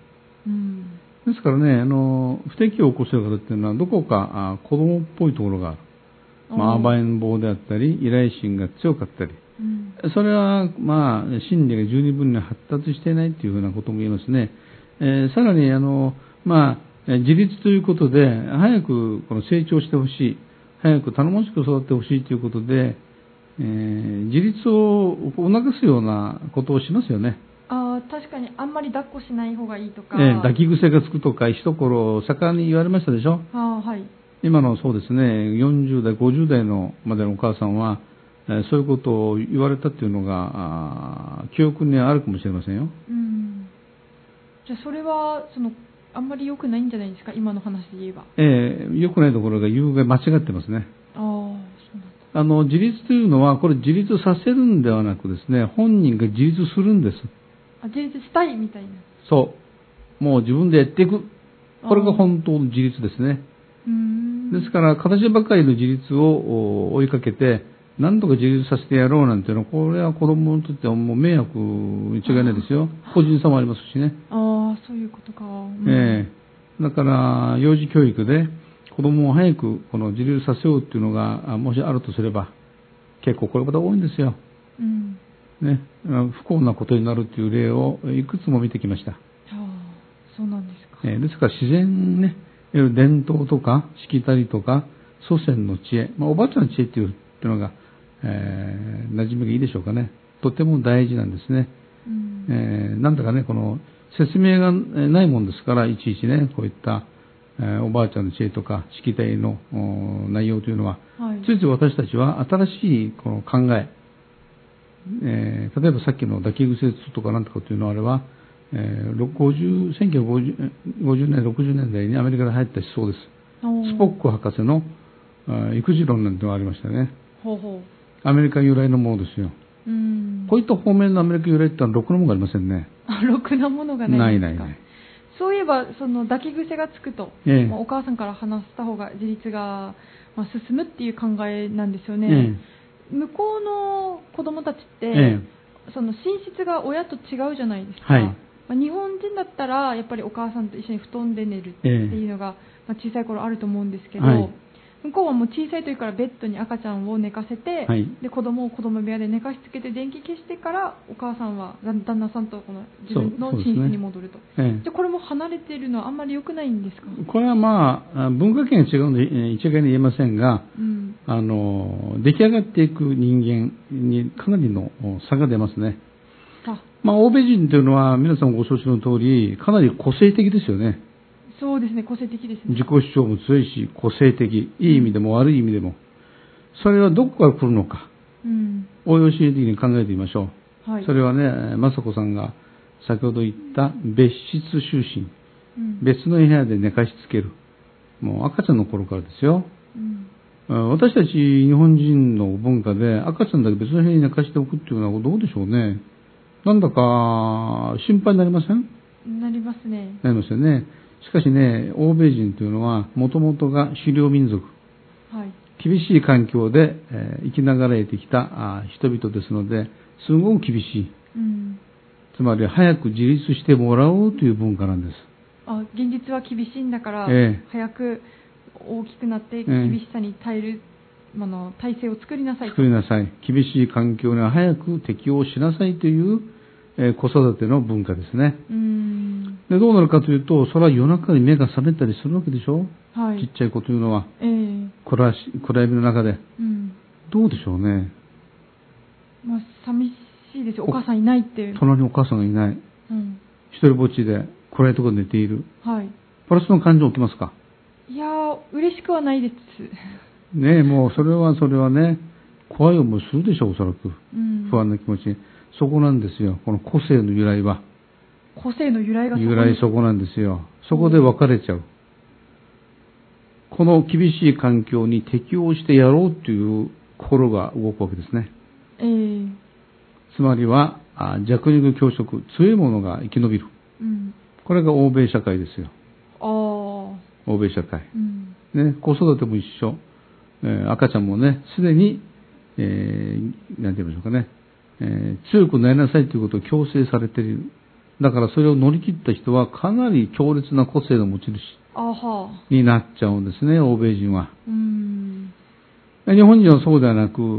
Speaker 1: うん、
Speaker 2: ーですからね、あの不適応を起こしている方っていうのは、どこかあ子供っぽいところがある。まあ、
Speaker 1: うん
Speaker 2: 暴えん坊であったり、依頼心が強かったり、
Speaker 1: うん
Speaker 2: それは、まあ、心理が十二分に発達していないというふうなことも言えますね。えーさらに、あの、まあ、えー自立ということで、早くこの成長してほしい、早く頼もしく育ってほしいということで、えー自立を促すようなことをしますよね。
Speaker 1: あー確かにあんまり抱っこしない方がいいと
Speaker 2: え
Speaker 1: か、
Speaker 2: ー抱き癖がつくとか、一頃盛んに言われましたでしょ。
Speaker 1: あーはい
Speaker 2: 今のそうですね、40代、50代のまでのお母さんは、えーそういうことを言われたっていうのが、あー記憶にあるかもしれませんよ。
Speaker 1: うん、じゃあそれはそのあんまり良くないんじゃないですか今の話で言えば
Speaker 2: えー良くないところが有害、間違ってますね。
Speaker 1: ああそうなんだ
Speaker 2: あの、自立というのは、これ自立させるんではなくですね、本人が自立するんです。
Speaker 1: あ自立したいみたいな
Speaker 2: そう。もう自分でやっていく。
Speaker 1: あ
Speaker 2: これが本当の自立ですね。ですから、形ばかりの自立をお追いかけて、なんとか自立させてやろうなんていうのは、これは子供にとってはもう迷惑に違いないですよ。個人差もありますしね。
Speaker 1: ああ、そういうことか。うん
Speaker 2: ええだから、幼児教育で子供を早くこの自立させようっていうのが、あもしあるとすれば、結構こういうことが多いんですよ。
Speaker 1: うん。
Speaker 2: ね、あ不幸なことになるっていう例をいくつも見てきました。
Speaker 1: ああ、そうなんですか。
Speaker 2: えーですから自然ね、いわゆる伝統とか、しきたりとか、祖先の知恵、まあ、おばあちゃんの知恵っていうっていうのが、えー馴染みがいいでしょうかね。とても大事なんですね。
Speaker 1: うん。
Speaker 2: えーなんだかね、この説明がえーないもんですから、いちいちね、こういった、えーおばあちゃんの知恵とか、しきたりのお内容というのは、
Speaker 1: はい。
Speaker 2: ついつい私たちは新しいこの考え、えー例えばさっきの抱き癖とかなんとかというのはあれは、えーろ50 1950 50年、60年代にアメリカで流行った思想です。スポッ
Speaker 1: ク。
Speaker 2: ク博士のあ育児論なんてのがありましたね。
Speaker 1: ほうほ
Speaker 2: アメリカ由来のものですよ。
Speaker 1: う。うん。
Speaker 2: こういった方面のアメリカ由来ってのはろくなものがありませんね。
Speaker 1: あ、ろくなものが
Speaker 2: な
Speaker 1: ないい
Speaker 2: ない
Speaker 1: ですか。
Speaker 2: ない。
Speaker 1: そういえば、その抱き癖がつくと、
Speaker 2: ええ
Speaker 1: まあお母さんから話した方が自立が、まあ、進むっていう考えなんですよね。
Speaker 2: え
Speaker 1: 向こうの子供たちって、
Speaker 2: ええ
Speaker 1: その寝室が親と違うじゃないですか、
Speaker 2: はい
Speaker 1: まあ、日本人だったらやっぱりお母さんと一緒に布団で寝るっていうのが、まあ、小さい頃あると思うんですけど、
Speaker 2: はい
Speaker 1: 向こうはもう小さい時からベッドに赤ちゃんを寝かせて、
Speaker 2: はい
Speaker 1: で子供を子供部屋で寝かしつけて電気消してからお母さんは旦旦那さんとこの自分の
Speaker 2: そう
Speaker 1: 寝
Speaker 2: そ
Speaker 1: 室
Speaker 2: うですね
Speaker 1: に戻ると、
Speaker 2: ええ
Speaker 1: じゃあこれも離れているのはあんまり良くないんですか、
Speaker 2: これはまあ、あ文化圏が違うのでえー一概に言えませんが、
Speaker 1: うん、
Speaker 2: あの、出来上がっていく人間にかなりのお差が出ますね。
Speaker 1: あ
Speaker 2: まあ、欧米人というのは皆さんご承知の通り、かなり個性的ですよね。
Speaker 1: そうですね個性的ですね
Speaker 2: 自己主張も強いし、個性的。いい意味でも悪い意味でも。それはどこから来るのか、
Speaker 1: うん
Speaker 2: 応用心理的に考えてみましょう。
Speaker 1: はい
Speaker 2: それはね、雅子さんが先ほど言った別室就寝。
Speaker 1: うん
Speaker 2: 別の部屋で寝かしつける。もう赤ちゃんの頃からですよ。
Speaker 1: うん
Speaker 2: うん私たち日本人の文化で赤ちゃんだけ別の部屋に寝かしておくっていうのはどうでしょうね。なんだか心配になりません
Speaker 1: なりますね。
Speaker 2: なりますよね。しかしね、欧米人というのはもともとが狩猟民族。
Speaker 1: はい。
Speaker 2: 厳しい環境で、えー生きながら得てきたあー人々ですので、すごく厳しい。
Speaker 1: うん。
Speaker 2: つまり早く自立してもらおうという文化なんです。
Speaker 1: あ、現実は厳しいんだから、
Speaker 2: ええ
Speaker 1: 早く大きくなって
Speaker 2: え
Speaker 1: 厳しさに耐える、あの体制を作りなさいと
Speaker 2: 作。りなさい。厳しい環境には早く適応しなさいという、えー子育ての文化ですね。
Speaker 1: うん。
Speaker 2: で、どうなるかというと、それは夜中に目が覚めたりするわけでしょ、
Speaker 1: は
Speaker 2: ち
Speaker 1: い。
Speaker 2: っちゃい子というのは、
Speaker 1: ええ
Speaker 2: 暗し暗闇の中で。
Speaker 1: うん。
Speaker 2: どうでしょうね。
Speaker 1: まあ、寂しいですよ。お母さんいないって。
Speaker 2: 隣にお母さんがいない。
Speaker 1: うん。
Speaker 2: 一人ぼっちで、暗いところで寝ている。
Speaker 1: はい。
Speaker 2: プラスの感情起きますか
Speaker 1: いやー、嬉しくはないです。
Speaker 2: ねえ、もうそれはそれはね、怖い思いするでしょう、おそらく。
Speaker 1: うん。
Speaker 2: 不安な気持ち。そこなんですよ。この個性の由来は。
Speaker 1: 個性の由来がそこに
Speaker 2: 由来そこなんですよ。そこで別れちゃう。この厳しい環境に適応してやろうという心が動くわけですね。
Speaker 1: ええ
Speaker 2: つまりは、あ弱肉強食、強いものが生き延びる。
Speaker 1: うん。
Speaker 2: これが欧米社会ですよ。
Speaker 1: ああ。
Speaker 2: 欧米社会。
Speaker 1: うん。
Speaker 2: ね、子育ても一緒。えー赤ちゃんもね、すでに、えーなんて言いましょうかね、えー強くなりなさいということを強制されている。だからそれを乗り切った人はかなり強烈な個性の持ち主
Speaker 1: あは。
Speaker 2: になっちゃうんですね、欧米人は。
Speaker 1: うん。
Speaker 2: 日本人はそうではなく、う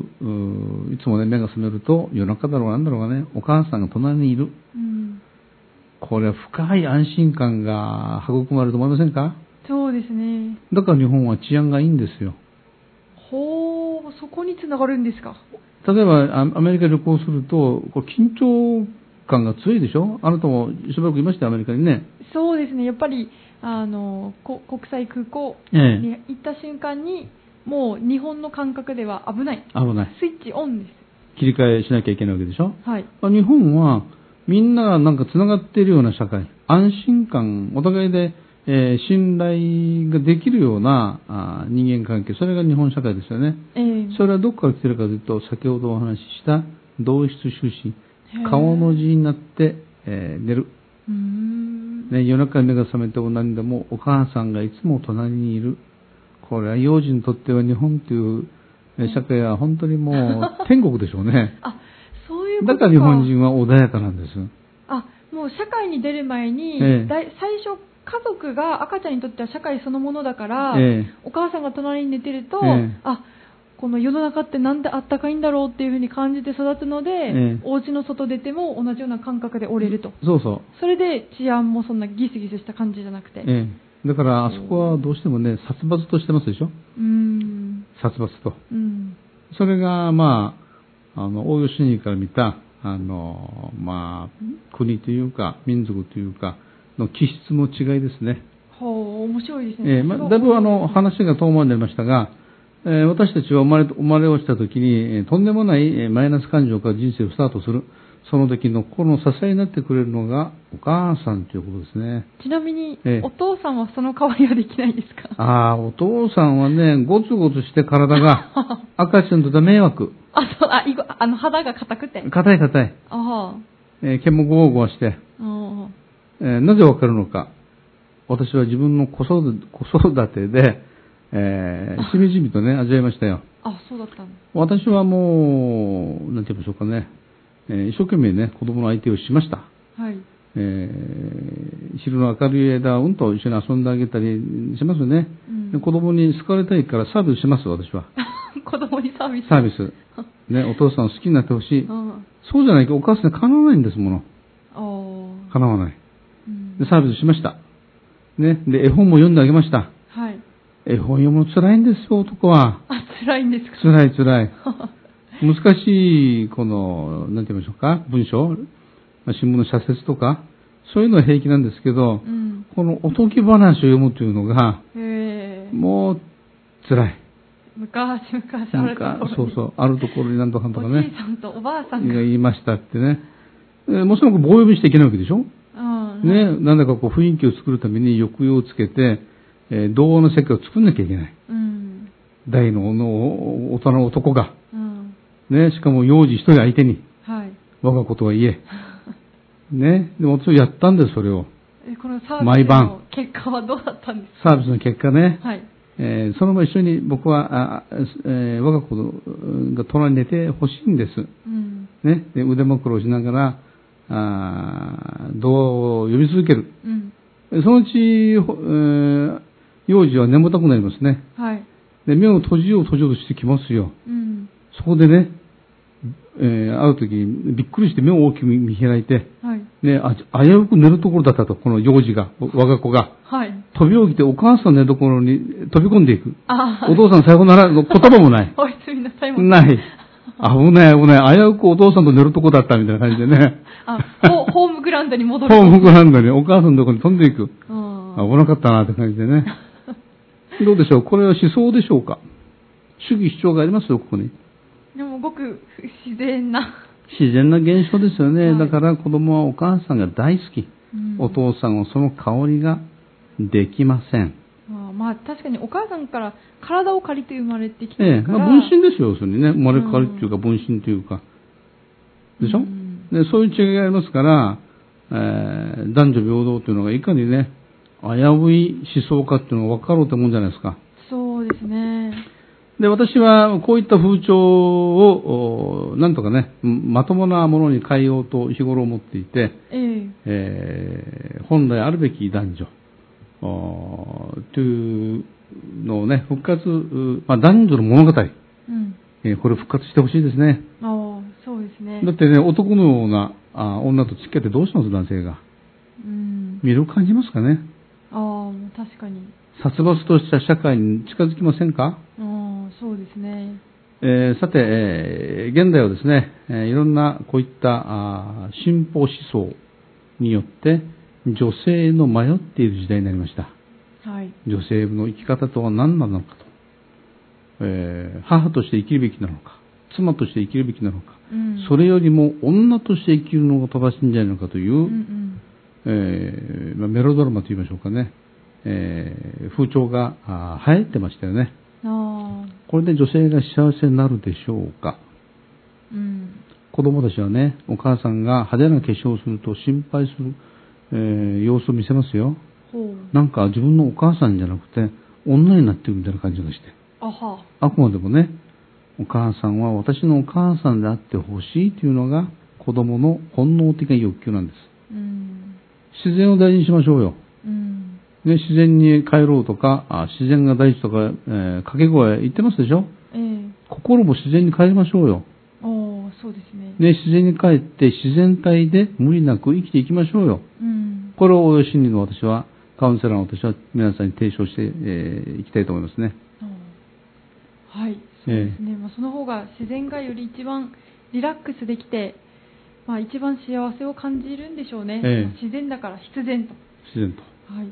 Speaker 2: ーいつもね、目が覚めると夜中だろうなんだろうがね、お母さんが隣にいる。
Speaker 1: うん。
Speaker 2: これは深い安心感が育まれると思いませんか
Speaker 1: そうですね。
Speaker 2: だから日本は治安がいいんですよ。
Speaker 1: ほう、そこにつながるんですか。
Speaker 2: 例えば、あアメリカ旅行すると、こう緊張感が強いでしょあなたもしばらくいましたよアメリカにね。
Speaker 1: そうですね、やっぱりあのこ国際空港
Speaker 2: ええ
Speaker 1: に行った瞬間に、もう日本の感覚では危ない、
Speaker 2: 危ない。
Speaker 1: スイッチオンで
Speaker 2: 切り替えしなきゃいけないわけでしょ
Speaker 1: す。はい。
Speaker 2: まあ日本は、みんながなんか繋がっているような社会、安心感、お互いで、えー信頼ができるようなあー人間関係、それが日本社会ですよね。
Speaker 1: ええ
Speaker 2: それはどこから来てるかというと、先ほどお話しした同室就
Speaker 1: へえ
Speaker 2: 寝、顔の字になって、えー寝る。
Speaker 1: うーん
Speaker 2: ね、夜中に目が覚めても涙もお母さんがいつも隣にいる。これは幼児にとっては日本というえ社会は本当にも
Speaker 1: (laughs)
Speaker 2: う天国でしょうね。
Speaker 1: あそういうこと
Speaker 2: だから日本人は穏やかなんです。
Speaker 1: あもう社会に出る前に、
Speaker 2: ええ
Speaker 1: だい最初家族が赤ちゃんにとっては社会そのものだから、
Speaker 2: ええ
Speaker 1: お母さんが隣に寝てると、
Speaker 2: ええ
Speaker 1: あこの世の中ってなんであったかいんだろうっていうふうに感じて育つので、
Speaker 2: ええ
Speaker 1: お家の外出ても同じような感覚で折れると、
Speaker 2: そうそう。
Speaker 1: それで治安もそんなギスギスした感じじゃなくて、
Speaker 2: ええ、だからあそこはどうしてもね、殺伐としてますでしょ
Speaker 1: うーん
Speaker 2: 殺伐と。
Speaker 1: うん
Speaker 2: それが、まあ、あの、大吉にから見た、あの、まあ、国というか、民族というか、の気質の違いですね。
Speaker 1: ほう面白いですね、
Speaker 2: ええまあ、だいぶあの、話が遠回りになりましたが、ええ私たちは生まれ、生まれをした時に、ええとんでもないええマイナス感情から人生をスタートする。その時の心の支えになってくれるのが、お母さんということですね。
Speaker 1: ちなみに、
Speaker 2: ええ
Speaker 1: お父さんはその代わりはできないですか
Speaker 2: ああ、お父さんはね、ごつごつして
Speaker 1: (laughs)
Speaker 2: 体が、赤ちゃんにとっては迷惑。
Speaker 1: あそうあいごあの肌が硬くて
Speaker 2: 硬い硬い。
Speaker 1: ああ
Speaker 2: えー毛もゴワゴワして、
Speaker 1: あ
Speaker 2: えーなぜわかるのか。私は自分の子育
Speaker 1: (laughs)
Speaker 2: て子育てで、えーしみじみとね、味わいましたよ。
Speaker 1: ああそうだったの
Speaker 2: 私はもう、なんて言いましょうかね、えー一生懸命ね、子供の相手をしました。
Speaker 1: はい (laughs)
Speaker 2: えー昼の明るい間、うんと一緒に遊んであげたりしますね。
Speaker 1: うん
Speaker 2: で子供に好かれたいからサービスします、私は。
Speaker 1: 子供にサービス
Speaker 2: サービス。ね、お父さんを好きになってほしい。
Speaker 1: うん
Speaker 2: そうじゃないとお母さんにかなわないんですもの。
Speaker 1: ああうん
Speaker 2: かなわない。で、サービスしました。ね、で、絵本も読んであげました。
Speaker 1: はい
Speaker 2: 絵本読むの辛いんですよ、男は。
Speaker 1: あ辛いんですか (laughs)
Speaker 2: 辛い辛い。難しい、この、なんて言いましょうか、文章、まあ新聞の社説とか、そういうのは平気なんですけど
Speaker 1: う、ん
Speaker 2: このおとぎ話を読むというのが、
Speaker 1: へえ
Speaker 2: もう、辛い。
Speaker 1: 昔昔あ
Speaker 2: な
Speaker 1: る
Speaker 2: んか
Speaker 1: ところに、
Speaker 2: そうそう、あるところに何とかんとか
Speaker 1: おじ
Speaker 2: ね
Speaker 1: い。さんとおばあさんが
Speaker 2: 言いましたってね。えーもちろん棒読みしちゃいけないわけでしょ
Speaker 1: うん
Speaker 2: ね、なんだかこう雰囲気を作るために抑揚をつけて、えー童話の世界を作んなきゃいけない。
Speaker 1: うん
Speaker 2: 大のの大人の男が、
Speaker 1: うん
Speaker 2: ね、しかも幼児一人相手に、
Speaker 1: はい
Speaker 2: 我がこと
Speaker 1: (laughs)
Speaker 2: は言え。ね、でもそれやったんです、それを。
Speaker 1: えこのサービ
Speaker 2: 毎
Speaker 1: スの
Speaker 2: 晩
Speaker 1: 結果はどうだったんです
Speaker 2: サービスの結果ね、
Speaker 1: かはい
Speaker 2: えーそのまま一緒に僕は、ああえー我が子が隣に寝てほしいんです。
Speaker 1: うん
Speaker 2: ね、で腕枕をしながら、あー童話を読み続ける。
Speaker 1: うん
Speaker 2: そのうち、ほえー幼児は眠たくなりますね。
Speaker 1: はい
Speaker 2: で、目を閉じよう閉じようとしてきますよ。
Speaker 1: うん
Speaker 2: そこでね、えー、会う時にびっくりして目を大きく見開いて、
Speaker 1: はい
Speaker 2: ね、あ危うく寝るところだったと、この幼児が、お我が子が。
Speaker 1: はい
Speaker 2: 飛び起きてお母さんの寝所に飛び込んでいく。
Speaker 1: ああ
Speaker 2: お父さんさようならの言葉もない。
Speaker 1: (laughs) おやすみなさいも
Speaker 2: ない。危ない危ない。危うくお父さんと寝るとこだったみたいな感じでね。
Speaker 1: あホ (laughs) ホームグラウンドに戻
Speaker 2: ホ
Speaker 1: る
Speaker 2: ームグラウンドにお母さんのところに飛んでい
Speaker 1: う
Speaker 2: く。
Speaker 1: ん
Speaker 2: 危なかったなって感じで
Speaker 1: (laughs)
Speaker 2: ね。どうでしょうこれは思想でしょうか主義主張がありますよ、ここに。
Speaker 1: でもごく自然な、
Speaker 2: 自然な現象ですよね。
Speaker 1: はい
Speaker 2: だから子供はお母さんが大好き。お父さんはその香りができません。
Speaker 1: まあまあ確かにお母さんから体を借りて生まれてきて
Speaker 2: ええ、
Speaker 1: るから、
Speaker 2: まあ分身ですよ、要するにね。生まれ変わりっていうか、分身というか。でしょ、
Speaker 1: うん
Speaker 2: でそういう違いがありますから、えー男女平等というのがいかにね、危うい思想かっていうのが分かろうと思うんじゃないですか。
Speaker 1: そうですね
Speaker 2: で、私はこういった風潮を、おなんとかね、うんまともなものに変えようと日頃思っていて、
Speaker 1: ええ
Speaker 2: えー本来あるべき男女、おというのをね、復活、うまあ、男女の物語、
Speaker 1: うん
Speaker 2: えーこれ復活してほしいですね。
Speaker 1: ああそうですね
Speaker 2: だってね、男のようなあ女と付き合ってどうします、男性が。
Speaker 1: うん
Speaker 2: 魅力感じますかね。
Speaker 1: ああ確かに
Speaker 2: 殺伐とした社会に近づきませんか
Speaker 1: ああそうですね
Speaker 2: えーさて、えー現代はですね、えーいろんなこういったあー進歩思想によって女性の迷っている時代になりました。
Speaker 1: はい
Speaker 2: 女性の生き方とは何なのかと、えー母として生きるべきなのか、妻として生きるべきなのか、
Speaker 1: うん
Speaker 2: それよりも女として生きるのが正しいんじゃないのかという、
Speaker 1: うん
Speaker 2: えーまあメロドラマと言いましょうかね、えー風潮があー流行ってましたよね。
Speaker 1: うんああ
Speaker 2: これで女性が幸せになるでしょうか。
Speaker 1: うん
Speaker 2: 子供たちはね、お母さんが派手な化粧をすると心配する、ええー様子を見せますよ。
Speaker 1: ほう。
Speaker 2: なんか自分のお母さんじゃなくて、女になってるみたいな感じがして。
Speaker 1: あは。
Speaker 2: あくまでもね、お母さんは私のお母さんであってほしいというのが子供の本能的な欲求なんです。
Speaker 1: うん。
Speaker 2: 自然を大事にしましょうよ。
Speaker 1: うん。
Speaker 2: ね、自然に帰ろうとか、あ自然が大事とか、えー掛け声言ってますでしょ
Speaker 1: ええ
Speaker 2: 心も自然に帰りましょうよ。
Speaker 1: おー、そうですね。
Speaker 2: ね、自然に帰って自然体で無理なく生きていきましょうよ。
Speaker 1: うん。
Speaker 2: これを応用心理の私は、カウンセラーの私は皆さんに提唱してい、えーいきたいと思いますね。
Speaker 1: あーはい。そうですね。まあ、その方が自然がより一番リラックスできて、まあ、一番幸せを感じるんでしょうね。
Speaker 2: ええ
Speaker 1: まあ自然だから必然と。
Speaker 2: 自然と。
Speaker 1: はい。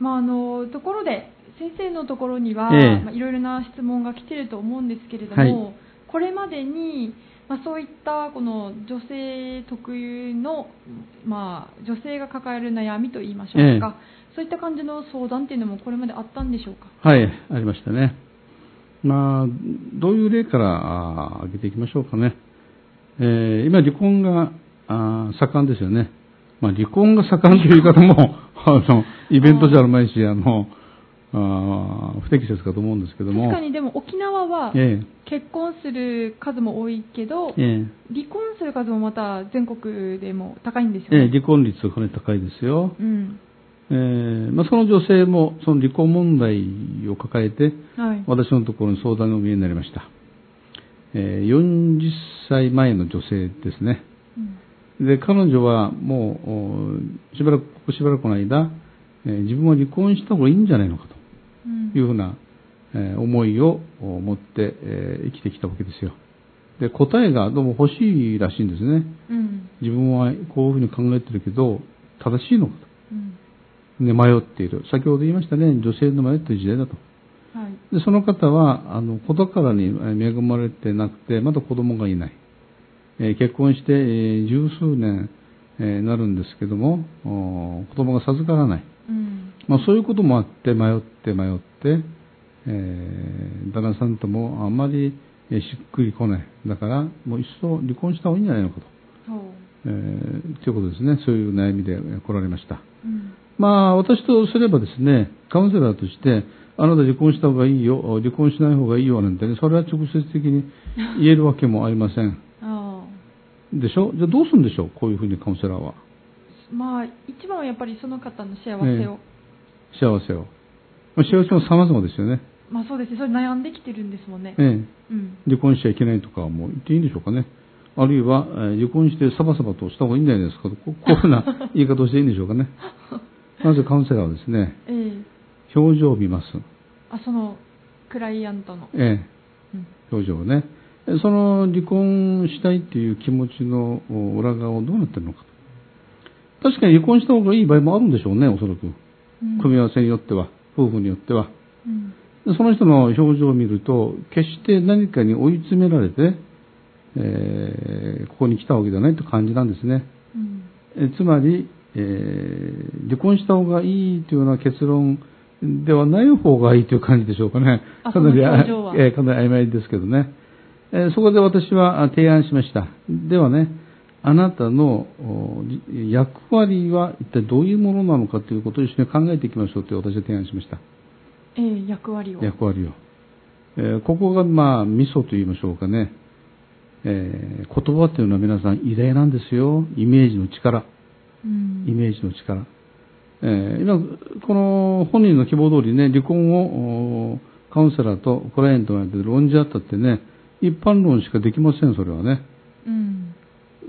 Speaker 1: まああのところで先生のところには、
Speaker 2: ええ
Speaker 1: まあいろいろな質問が来ていると思うんですけれども、
Speaker 2: はい
Speaker 1: これまでにまあそういったこの女性特有のまあ女性が抱える悩みと言いましょうか、そういった感じの相談っていうのもこれまであったんでしょうか。
Speaker 2: はい、ありましたね。まあ、どういう例からあー挙げていきましょうかね。えー今、離婚があー盛んですよね。まあ、離婚が盛んという言い方も、 (laughs) あの、イベントじゃあるまいし、あの、あー不適切かと思うんですけども。
Speaker 1: 確かにでも沖縄は
Speaker 2: え
Speaker 1: 結婚する数も多いけど
Speaker 2: え、え
Speaker 1: 離婚する数もまた全国でも高いんです
Speaker 2: え
Speaker 1: よ
Speaker 2: ええ
Speaker 1: ね。
Speaker 2: 離婚率はかなり高いですよ。
Speaker 1: うん。
Speaker 2: えーまあ、その女性もその離婚問題を抱えて
Speaker 1: はい。
Speaker 2: 私のところに相談がお見えになりました、えー40歳前の女性ですね
Speaker 1: うん
Speaker 2: で彼女はもうおしばらくここしばらくの間、えー自分は離婚した方がいいんじゃないのか
Speaker 1: うん
Speaker 2: というふうな、えー思いをお持って、えー生きてきたわけですよで答えがどうも欲しいらしいんですね
Speaker 1: うん
Speaker 2: 自分はこういうふうに考えてるけど正しいのかと
Speaker 1: うん
Speaker 2: ね、迷っている。先ほど言いましたね、女性の迷っている時代だと。
Speaker 1: はい。
Speaker 2: で、その方は、あの、子宝にえー恵まれてなくて、まだ子供がいない。えー結婚して、えー十数年、えーなるんですけども、おー子供が授からない。
Speaker 1: うん。
Speaker 2: まあ、そういうこともあって、迷って迷って、えー旦那さんともあんまりえーしっくりこない。だから、もう一層離婚した方がいいんじゃないのかと。
Speaker 1: そう。
Speaker 2: えーということですね。そういう悩みでえー来られました。
Speaker 1: うん。
Speaker 2: まあ、私とすればですね、カウンセラーとして、あなた離婚した方がいいよ、離婚しない方がいいよなんてね、それは直接的に言えるわけもありません。
Speaker 1: ああ。
Speaker 2: でしょじゃあどうするんでしょうこういうふうにカウンセラーは。
Speaker 1: まあ、一番はやっぱりその方の幸せを。
Speaker 2: ええ幸せを。まあ、幸せも様々ですよね。
Speaker 1: まあそうですね。それ悩んできてるんですもんね。
Speaker 2: ええ。
Speaker 1: うん。
Speaker 2: 離婚しちゃいけないとかはもう言っていいんでしょうかね。あるいは、えー離婚してサバサバとした方がいいんじゃないですかと、ここういうふうな言い方をしていいんでしょうかね。まずカウンセラーはですね、
Speaker 1: ええ
Speaker 2: 表情を見ます。
Speaker 1: あ、その、クライアントの。
Speaker 2: ええ。
Speaker 1: うん。
Speaker 2: 表情をね、えその離婚したいっていう気持ちのお裏側はどうなってるのかと。確かに離婚した方がいい場合もあるんでしょうね、おそらく。
Speaker 1: うん
Speaker 2: 組み合わせによっては、夫婦によっては。
Speaker 1: うん。
Speaker 2: でその人の表情を見ると、決して何かに追い詰められて、えーここに来たわけじゃないという感じなんですね。
Speaker 1: うん。
Speaker 2: えつまり、えー離婚した方がいいというような結論ではない方がいいという感じでしょうかね。
Speaker 1: あ
Speaker 2: かなり
Speaker 1: その
Speaker 2: あ
Speaker 1: 表情は
Speaker 2: えーかなり曖昧ですけどね。えーそこで私はあ提案しました。ではね、あなたのおじ役割は一体どういうものなのかということを一緒に考えていきましょうという私は提案しました。
Speaker 1: ええ役割を。
Speaker 2: 役割を。えーここが、まあ、ミソと言いましょうかね。えー言葉というのは皆さん偉大なんですよ。イメージの力。
Speaker 1: うん。
Speaker 2: イメージの力。えー今、この本人の希望通りね、離婚をおーカウンセラーとクライアントの間で論じ合ったってね、一般論しかできません、それはね。
Speaker 1: うん。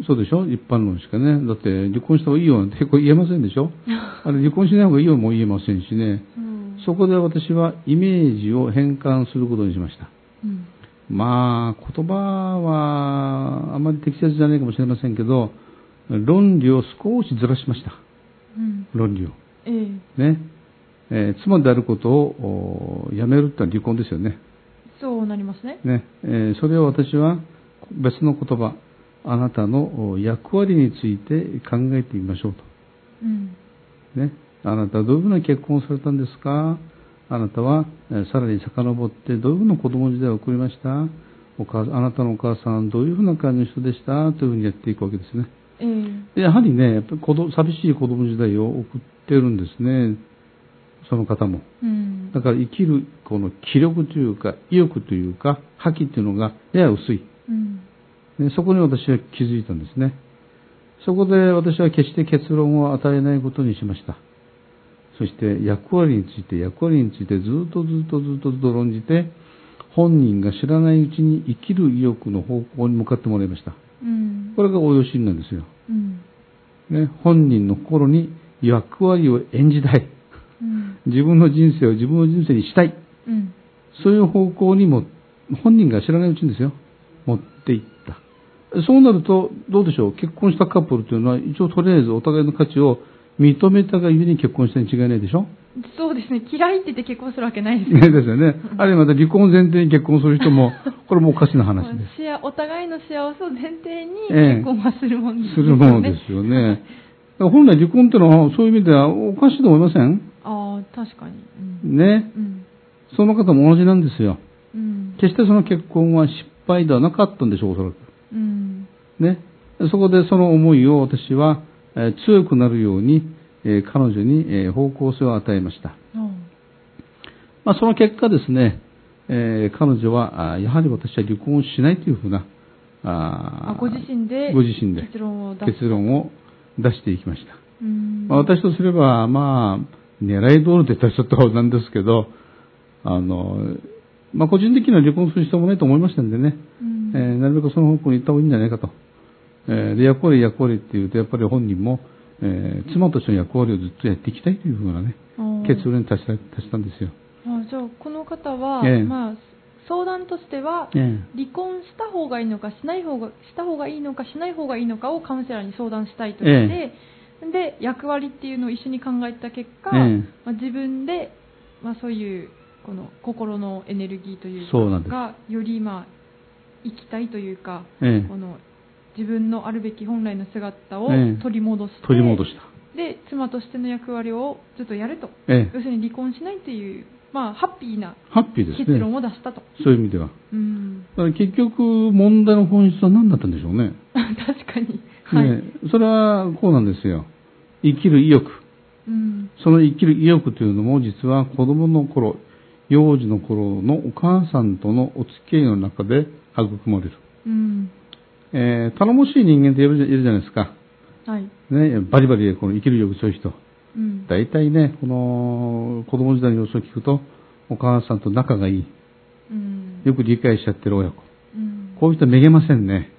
Speaker 2: そうでしょ一般論しかね。だって、離婚した方がいいよなんて結構言えませんでしょあれ、離婚しない方がいいよも言えませんしね。
Speaker 1: うん。
Speaker 2: そこで私はイメージを変換することにしました。
Speaker 1: うん。
Speaker 2: まあ、言葉はあまり適切じゃないかもしれませんけど、論理を少しずらしました。
Speaker 1: うん。
Speaker 2: 論理を。
Speaker 1: ええ
Speaker 2: ね、えー妻であることをおーやめるってのは離婚ですよね。
Speaker 1: そうなりますね。
Speaker 2: ね、えーそれを私は別の言葉、あなたのお役割について考えてみましょう
Speaker 1: うん。
Speaker 2: と。ね、あなたはどういうふうな結婚をされたんですかあなたは、えーさらに遡ってどういうふうな子供時代を送りましたお母あなたのお母さんはどういうふうな感じの人でしたというふうにやっていくわけですね。
Speaker 1: ええ
Speaker 2: でやはりね、やっぱり子供寂しい子供時代を送ってるんですね、その方も。
Speaker 1: うん
Speaker 2: だから生きるこの気力というか、意欲というか、覇気というのがやや薄い。
Speaker 1: うん
Speaker 2: ねそこに私は気づいたんですね。そこで私は決して結論を与えないことにしました。そして役割について、役割についてずっとずっとずっとずっと論じて、本人が知らないうちに生きる意欲の方向に向かってもらいました。
Speaker 1: うん
Speaker 2: これが応用心なんですよ。
Speaker 1: うん
Speaker 2: ね、本人の心に役割を演じたい。
Speaker 1: うん
Speaker 2: 自分の人生を自分の人生にしたい。
Speaker 1: うん
Speaker 2: そういう方向にも、本人が知らないうちにですよ、持っていった。そうなると、どうでしょう、結婚したカップルというのは、一応とりあえずお互いの価値を認めたがゆえに結婚したに違いないでしょ
Speaker 1: そうですね嫌いって言って結婚するわけないです
Speaker 2: ねですよね。あるいはまた離婚を前提に結婚する
Speaker 1: (laughs)
Speaker 2: 人も、これもおかしな話で
Speaker 1: しあお互いの幸せを前提に
Speaker 2: ええ。
Speaker 1: 結婚はするもんですす
Speaker 2: す
Speaker 1: よね
Speaker 2: るものですよね。だから本来離婚っていうのは、そういう意味ではおかしいと思いません
Speaker 1: ああ確かにうん
Speaker 2: ね。
Speaker 1: うん
Speaker 2: その方も同じなんですよ。
Speaker 1: うん
Speaker 2: 決してその結婚は失敗ではなかったんでしょう、おそらく。
Speaker 1: うん
Speaker 2: ね、そこでその思いを私は、えー強くなるように、えー彼女に、えー方向性を与えました。
Speaker 1: あ
Speaker 2: まあ、その結果ですね、えー彼女は、あーやはり私は離婚をしないというふうな、
Speaker 1: あ
Speaker 2: あー
Speaker 1: ご自身で
Speaker 2: ご自身で
Speaker 1: 結論を出
Speaker 2: 結論を出していきました。
Speaker 1: うん
Speaker 2: まあ、私とすれば、まあ、狙い通りと言ったらちょっとなんですけど、あの、まあ、個人的には離婚する必要もないと思いましたんでね、
Speaker 1: うん
Speaker 2: えーなるべくその方向に行った方がいいんじゃないかと。えーで、役割、役割っていうと、やっぱり本人も、えー妻としての役割をずっとやっていきたいというふうなね、
Speaker 1: あー
Speaker 2: 結論に達した達したんですよ。
Speaker 1: あじゃあこの方は、
Speaker 2: ええ
Speaker 1: まあ、相談としては、
Speaker 2: え
Speaker 1: 離婚した方がいいのかしない方がした方がいいのかしない方がいいのかをカウンセラーに相談したいとして、
Speaker 2: え
Speaker 1: で役割っていうのを一緒に考えた結果、
Speaker 2: ええ
Speaker 1: まあ、自分で、まあ、そういうこの心のエネルギーというか
Speaker 2: そうなんです
Speaker 1: がよりまあ生きたいというか、
Speaker 2: ええ
Speaker 1: この自分のあるべき本来の姿を
Speaker 2: ええ
Speaker 1: 取り戻して、
Speaker 2: 取り戻した。
Speaker 1: で妻としての役割をずっとやると、
Speaker 2: ええ
Speaker 1: 要するに離婚しないという、まあ、ハッピーな
Speaker 2: ハッピーです
Speaker 1: 結論
Speaker 2: ね。
Speaker 1: を出したと、
Speaker 2: そういう意味では。
Speaker 1: うん (laughs)
Speaker 2: だから結局、問題の本質は何だったんでしょうね。
Speaker 1: 確かに、はい
Speaker 2: ねそれはこうなんですよ。生きる意欲。
Speaker 1: うん
Speaker 2: その生きる意欲というのも実は子供の頃、幼児の頃のお母さんとのお付き合いの中で育まれる。
Speaker 1: うん
Speaker 2: えー頼もしい人間っているじゃいるじゃないですか。
Speaker 1: はい
Speaker 2: ね、バリバリこの生きる欲強い人。
Speaker 1: うん
Speaker 2: 大体ね、この子供時代の様子を聞くと、お母さんと仲がいい。
Speaker 1: うん
Speaker 2: よく理解しちゃってる親子。
Speaker 1: うん
Speaker 2: こういう人はめげませんね。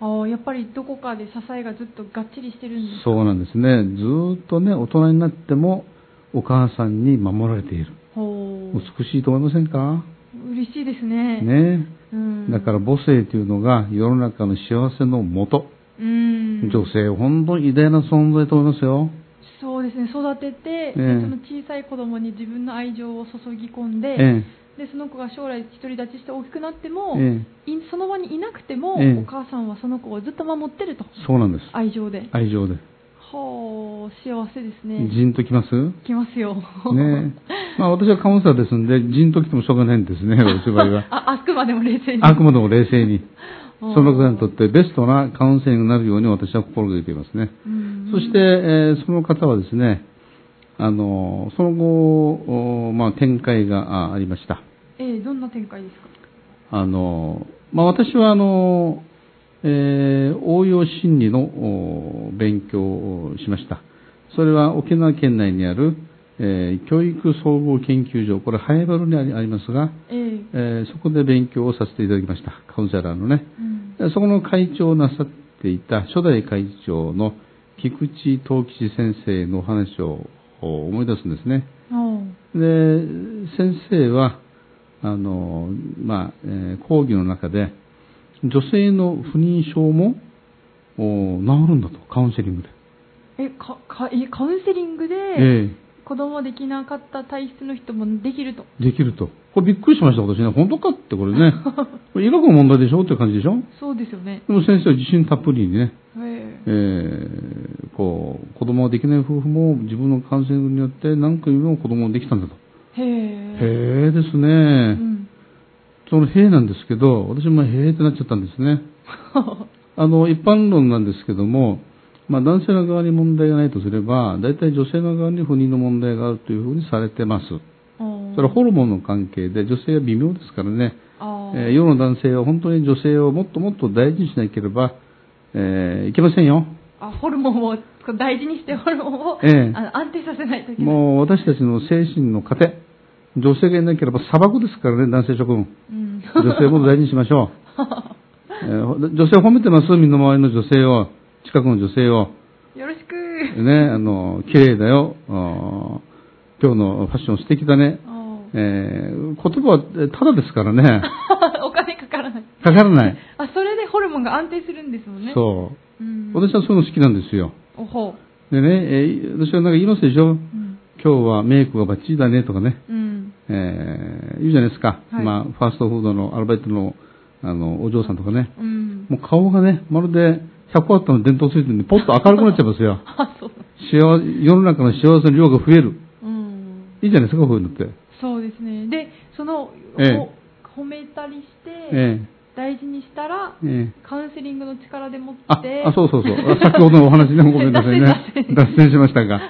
Speaker 1: ああやっぱりどこかで支えがずっとがっちりしてるんです
Speaker 2: そうなんですね。ずーっとね、大人になってもお母さんに守られている。
Speaker 1: ほう
Speaker 2: 美しいと思いませんか
Speaker 1: 嬉しいですね
Speaker 2: ね
Speaker 1: うん、
Speaker 2: だから母性というのが世の中の幸せのもと。
Speaker 1: うん
Speaker 2: 女性、本当に偉大な存在と思いますよ。
Speaker 1: そうですね育てて、
Speaker 2: ええ
Speaker 1: その小さい子供に自分の愛情を注ぎ込んで、
Speaker 2: え
Speaker 1: でその子が将来独り立ちして大きくなっても、
Speaker 2: え
Speaker 1: いその場にいなくても、
Speaker 2: ええ
Speaker 1: お母さんはその子をずっと守ってると
Speaker 2: えそうなんです。
Speaker 1: 愛情で
Speaker 2: 愛情で。
Speaker 1: はあ幸せですね
Speaker 2: じんときます
Speaker 1: きますよ、
Speaker 2: ねえ。まあ私はカウンセラーですんで、じんときてもしょうがないんです
Speaker 1: (laughs)
Speaker 2: ね、私の場合は。
Speaker 1: ああくまでも冷静に
Speaker 2: あくまでも冷静に。
Speaker 1: うん
Speaker 2: その方にとってベストなカウンセリングになるように私は心がけていますね。
Speaker 1: うん
Speaker 2: そして、えーその方はですね、あの、その後、おまあ展開があありました。
Speaker 1: ええどんな展開ですか
Speaker 2: あの、まあ、私はあの、えー応用心理のお勉強をしました。それは沖縄県内にある、えー教育総合研究所、これ、ハエバルにありありますが、
Speaker 1: ええ
Speaker 2: えーそこで勉強をさせていただきました。カウンセラーのね。
Speaker 1: うん
Speaker 2: でそこの会長をなさっていた初代会長の菊池東吉先生のお話をお思い出すんですね。
Speaker 1: おう
Speaker 2: で先生はあの、まあえー講義の中で女性の不妊症もお治るんだとカウンセリングで、
Speaker 1: えかかえカウンセリングで、
Speaker 2: え
Speaker 1: 子供できなかった体質の人もできると
Speaker 2: えできるとこれびっくりしました私ね本当かってこれねこれ医学の問題でしょって感じでしょ
Speaker 1: そうですよね
Speaker 2: でも先生は自信たっぷりにね、
Speaker 1: ええ
Speaker 2: えーこう子供ができない夫婦も自分のカウンセリングによって何組も子供ができたんだと、
Speaker 1: へえ
Speaker 2: へえですね、
Speaker 1: うん、 (laughs)
Speaker 2: その「へえ」なんですけど私も「へえ」ってなっちゃったんですねあの、一般論なんですけども、まあ、男性の側に問題がないとすれば、大体女性の側に不妊の問題があるというふうにされてます。
Speaker 1: うん
Speaker 2: それはホルモンの関係で、女性は微妙ですからね、
Speaker 1: あー
Speaker 2: えー世の男性は本当に女性をもっともっと大事にしなければ、えーいけませんよ。
Speaker 1: あホルモンをこう大事にしてホルモンを、
Speaker 2: ええ
Speaker 1: あの安定させないといけない。
Speaker 2: もう私たちの精神の糧、女性がいなければ砂漠ですからね、男性諸君。
Speaker 1: うん、
Speaker 2: 女性も大事にしま
Speaker 1: (laughs)
Speaker 2: しょう。えー女性を褒めてます、みんな周りの女性を、近くの女性を。
Speaker 1: よろし (laughs) く。
Speaker 2: ね、あの、綺麗だよ。あー今日のファッション素敵だね。
Speaker 1: あ
Speaker 2: えー言葉はえーただですから
Speaker 1: (laughs)
Speaker 2: ね、
Speaker 1: ー (laughs) お金かからない。
Speaker 2: かからない。
Speaker 1: あそれでホルモンが安定するんですもんね。う。
Speaker 2: そう。
Speaker 1: ん、
Speaker 2: 私はそういうの好きなんですよ。
Speaker 1: おほう。
Speaker 2: でね、えー私はなんか言いますでしょ
Speaker 1: うん。
Speaker 2: 今日はメイクがバッチリだねとかね、
Speaker 1: うん。
Speaker 2: えー言うじゃないですか。
Speaker 1: はい
Speaker 2: まあ、ファーストフードのアルバイトの、あの、お嬢さんとかね。
Speaker 1: うん。。
Speaker 2: もう顔がね、まるで100ワットの電灯ついてるんで、ポッと明るくなっちゃいますよ
Speaker 1: あそう。
Speaker 2: 幸せ、世の中の幸せの量が増える。
Speaker 1: うん。
Speaker 2: いいじゃないですか、こういうのって。
Speaker 1: そうですね。で、その、
Speaker 2: ええ
Speaker 1: ほ褒めたりして、
Speaker 2: え
Speaker 1: 大事にしたら、
Speaker 2: えええ
Speaker 1: カウンセリングの力でもって、
Speaker 2: あ、あ、そうそうそう。先ほどのお話でもごめんな (laughs) さい
Speaker 1: 脱
Speaker 2: ね
Speaker 1: 線。
Speaker 2: 脱線しました (laughs) が。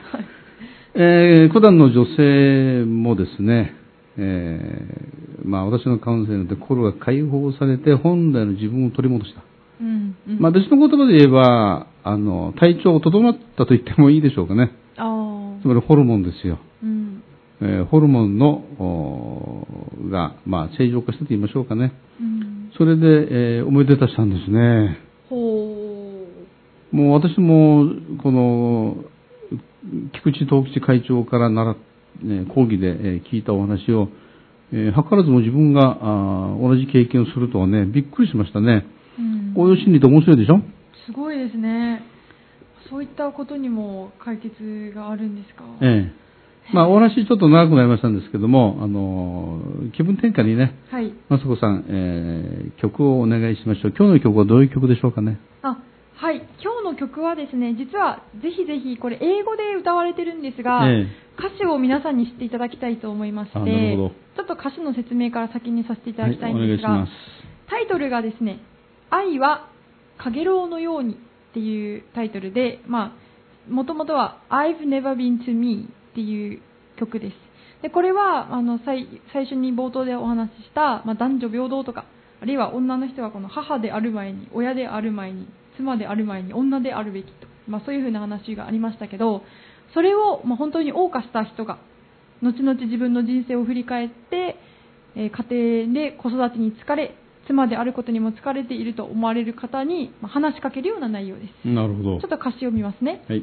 Speaker 2: えー、普段の女性もですね、えー、まあ私のカウンセリングで心が解放されて本来の自分を取り戻した。
Speaker 1: うん。うん、
Speaker 2: まあ別の言葉で言えば、あの、体調を整ったと言ってもいいでしょうかね。
Speaker 1: あー
Speaker 2: つまりホルモンですよ。
Speaker 1: うん。
Speaker 2: えーホルモンの、おーが、まあ正常化したと言いましょうかね。
Speaker 1: うん。
Speaker 2: それで、えー思い出たしたんですね。
Speaker 1: ほ
Speaker 2: もう私も、この、菊池東吉会長から習っ、ね、講義で、えー聞いたお話を、えー図らずも自分があー同じ経験をするとはね、びっくりしましたね。
Speaker 1: う。うん。
Speaker 2: 応用心理って面白いでしょ
Speaker 1: すごいですね。そういったことにも解決があるんですか。
Speaker 2: ええまあ、お話ちょっと長くなりましたんですけども、あのー気分転換にね、
Speaker 1: はい。
Speaker 2: 雅子さん、えー曲をお願いしましょう。今日の曲はどういう曲でしょうかね。
Speaker 1: あ、はい。今日の曲はですね、実はぜひぜひこれ英語で歌われてるんですが、
Speaker 2: ええ
Speaker 1: 歌詞を皆さんに知っていただきたいと思いまして、ち
Speaker 2: あなる
Speaker 1: ょ
Speaker 2: ほ
Speaker 1: っと歌詞の説明から先にさせていた
Speaker 2: は
Speaker 1: だ
Speaker 2: い、
Speaker 1: き
Speaker 2: お
Speaker 1: たいん
Speaker 2: 願
Speaker 1: で
Speaker 2: い
Speaker 1: す
Speaker 2: し
Speaker 1: が、
Speaker 2: ます。
Speaker 1: タイトルがですね、愛はかげろうのようにっていうタイトルで、まあ、もともとは I've never been to me っていう曲です。で、これは、あの、最最初に冒頭でお話しした、まあ、男女平等とか、あるいは女の人はこの母である前に、親である前に、妻である前に、女であるべきと、まあ、そういうふうな話がありましたけど、それを、まあ、本当に謳歌した人が、後々自分の人生を振り返って、えー家庭で子育てに疲れ妻であることにも疲れていると思われる方に、まあ話しかけるような内容です
Speaker 2: なるほど。
Speaker 1: ちょっと歌詞を見ますね
Speaker 2: はい。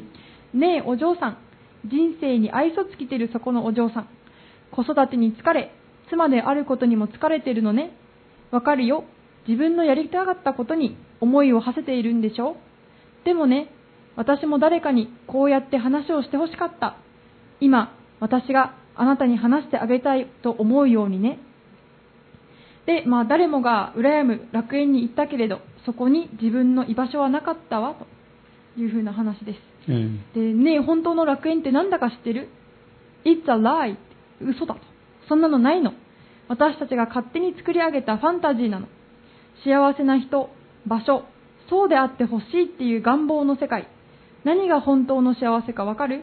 Speaker 1: ねえお嬢さん人生に愛想尽きてるそこのお嬢さん子育てに疲れ妻であることにも疲れてるのねわかるよ自分のやりたかったことに思いを馳せているんでしょでもね私も誰かにこうやって話をしてほしかった今私があなたに話してあげたいと思うようにねで、まあ、誰もが羨む楽園に行ったけれどそこに自分の居場所はなかったわというふうな話です
Speaker 2: ええ
Speaker 1: でねえ本当の楽園ってなんだか知ってる ?It's a lie 嘘だとそんなのないの私たちが勝手に作り上げたファンタジーなの幸せな人場所そうであってほしいっていう願望の世界何が本当の幸せかわかる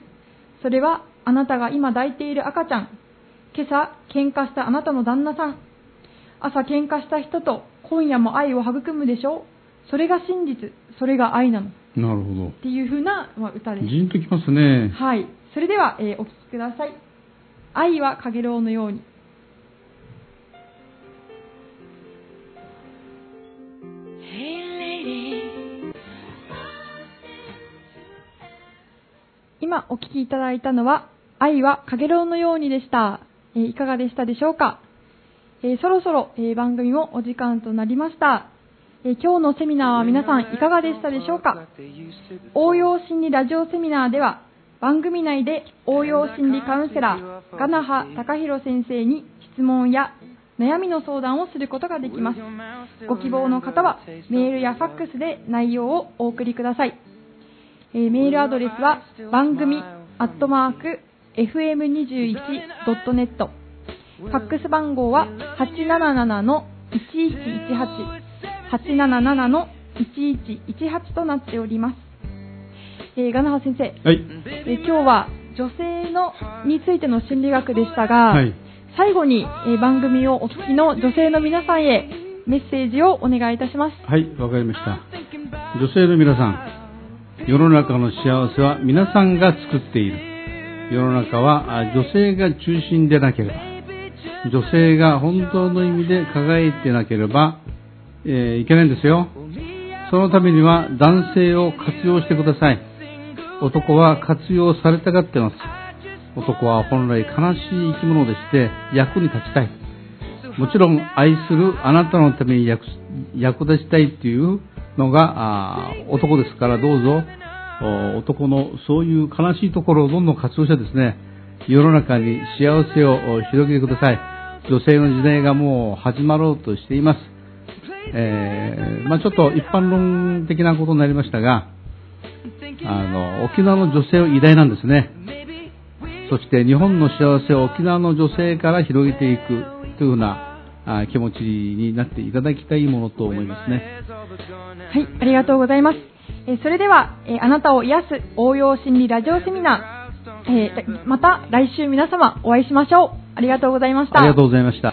Speaker 1: それはあなたが今抱いている赤ちゃん今朝喧嘩したあなたの旦那さん朝喧嘩した人と今夜も愛を育むでしょそれが真実それが愛なのっ
Speaker 2: なるほど。
Speaker 1: ていう風なまあ歌です
Speaker 2: じんときますね。
Speaker 1: はい。それでは、えーお聴きください。愛はかげろうのように。今お聴きいただいたのは、愛はかげろうのようにでした。えーいかがでしたでしょうか、えーそろそろ、えー番組もお時間となりました。えー今日のセミナーは皆さんいかがでしたでしょうか応用心理ラジオセミナーでは番組内で応用心理カウンセラー金葉隆弘先生に質問や悩みの相談をすることができますご希望の方はメールやファックスで内容をお送りください、えーメールアドレスは番組アットマーク fm21.net ファックス番号は877の1118 877の1118となっております。えー、ガナハ先生、
Speaker 2: はい。
Speaker 1: えー今日は女性のについての心理学でしたが、
Speaker 2: はい
Speaker 1: 最後に、えー番組をお聞きの女性の皆さんへメッセージをお願いいたします。
Speaker 2: はい、わかりました。女性の皆さん、世の中の幸せは皆さんが作っている。世の中はあ女性が中心でなければ、女性が本当の意味で輝いてなければ、えーいけないんですよ。そのためには男性を活用してください。男は活用されたがってます。男は本来悲しい生き物でして役に立ちたい。もちろん愛するあなたのために役役立ちたいっていうのがあー男ですからどうぞお男のそういう悲しいところをどんどん活用してですね世の中に幸せをお広げてください女性の時代がもう始まろうとしています、えーまあ、ちょっと一般論的なことになりましたがあの沖縄の女性は偉大なんですねそして日本の幸せを沖縄の女性から広げていくというふうなあ気持ちになっていただきたいものと思いますね。
Speaker 1: はい、ありがとうございます。えーそれでは、えーあなたを癒す応用心理ラジオセミナー、えーまた来週皆様お会いしましょう。ありがとうございました。
Speaker 2: ありがとうございました。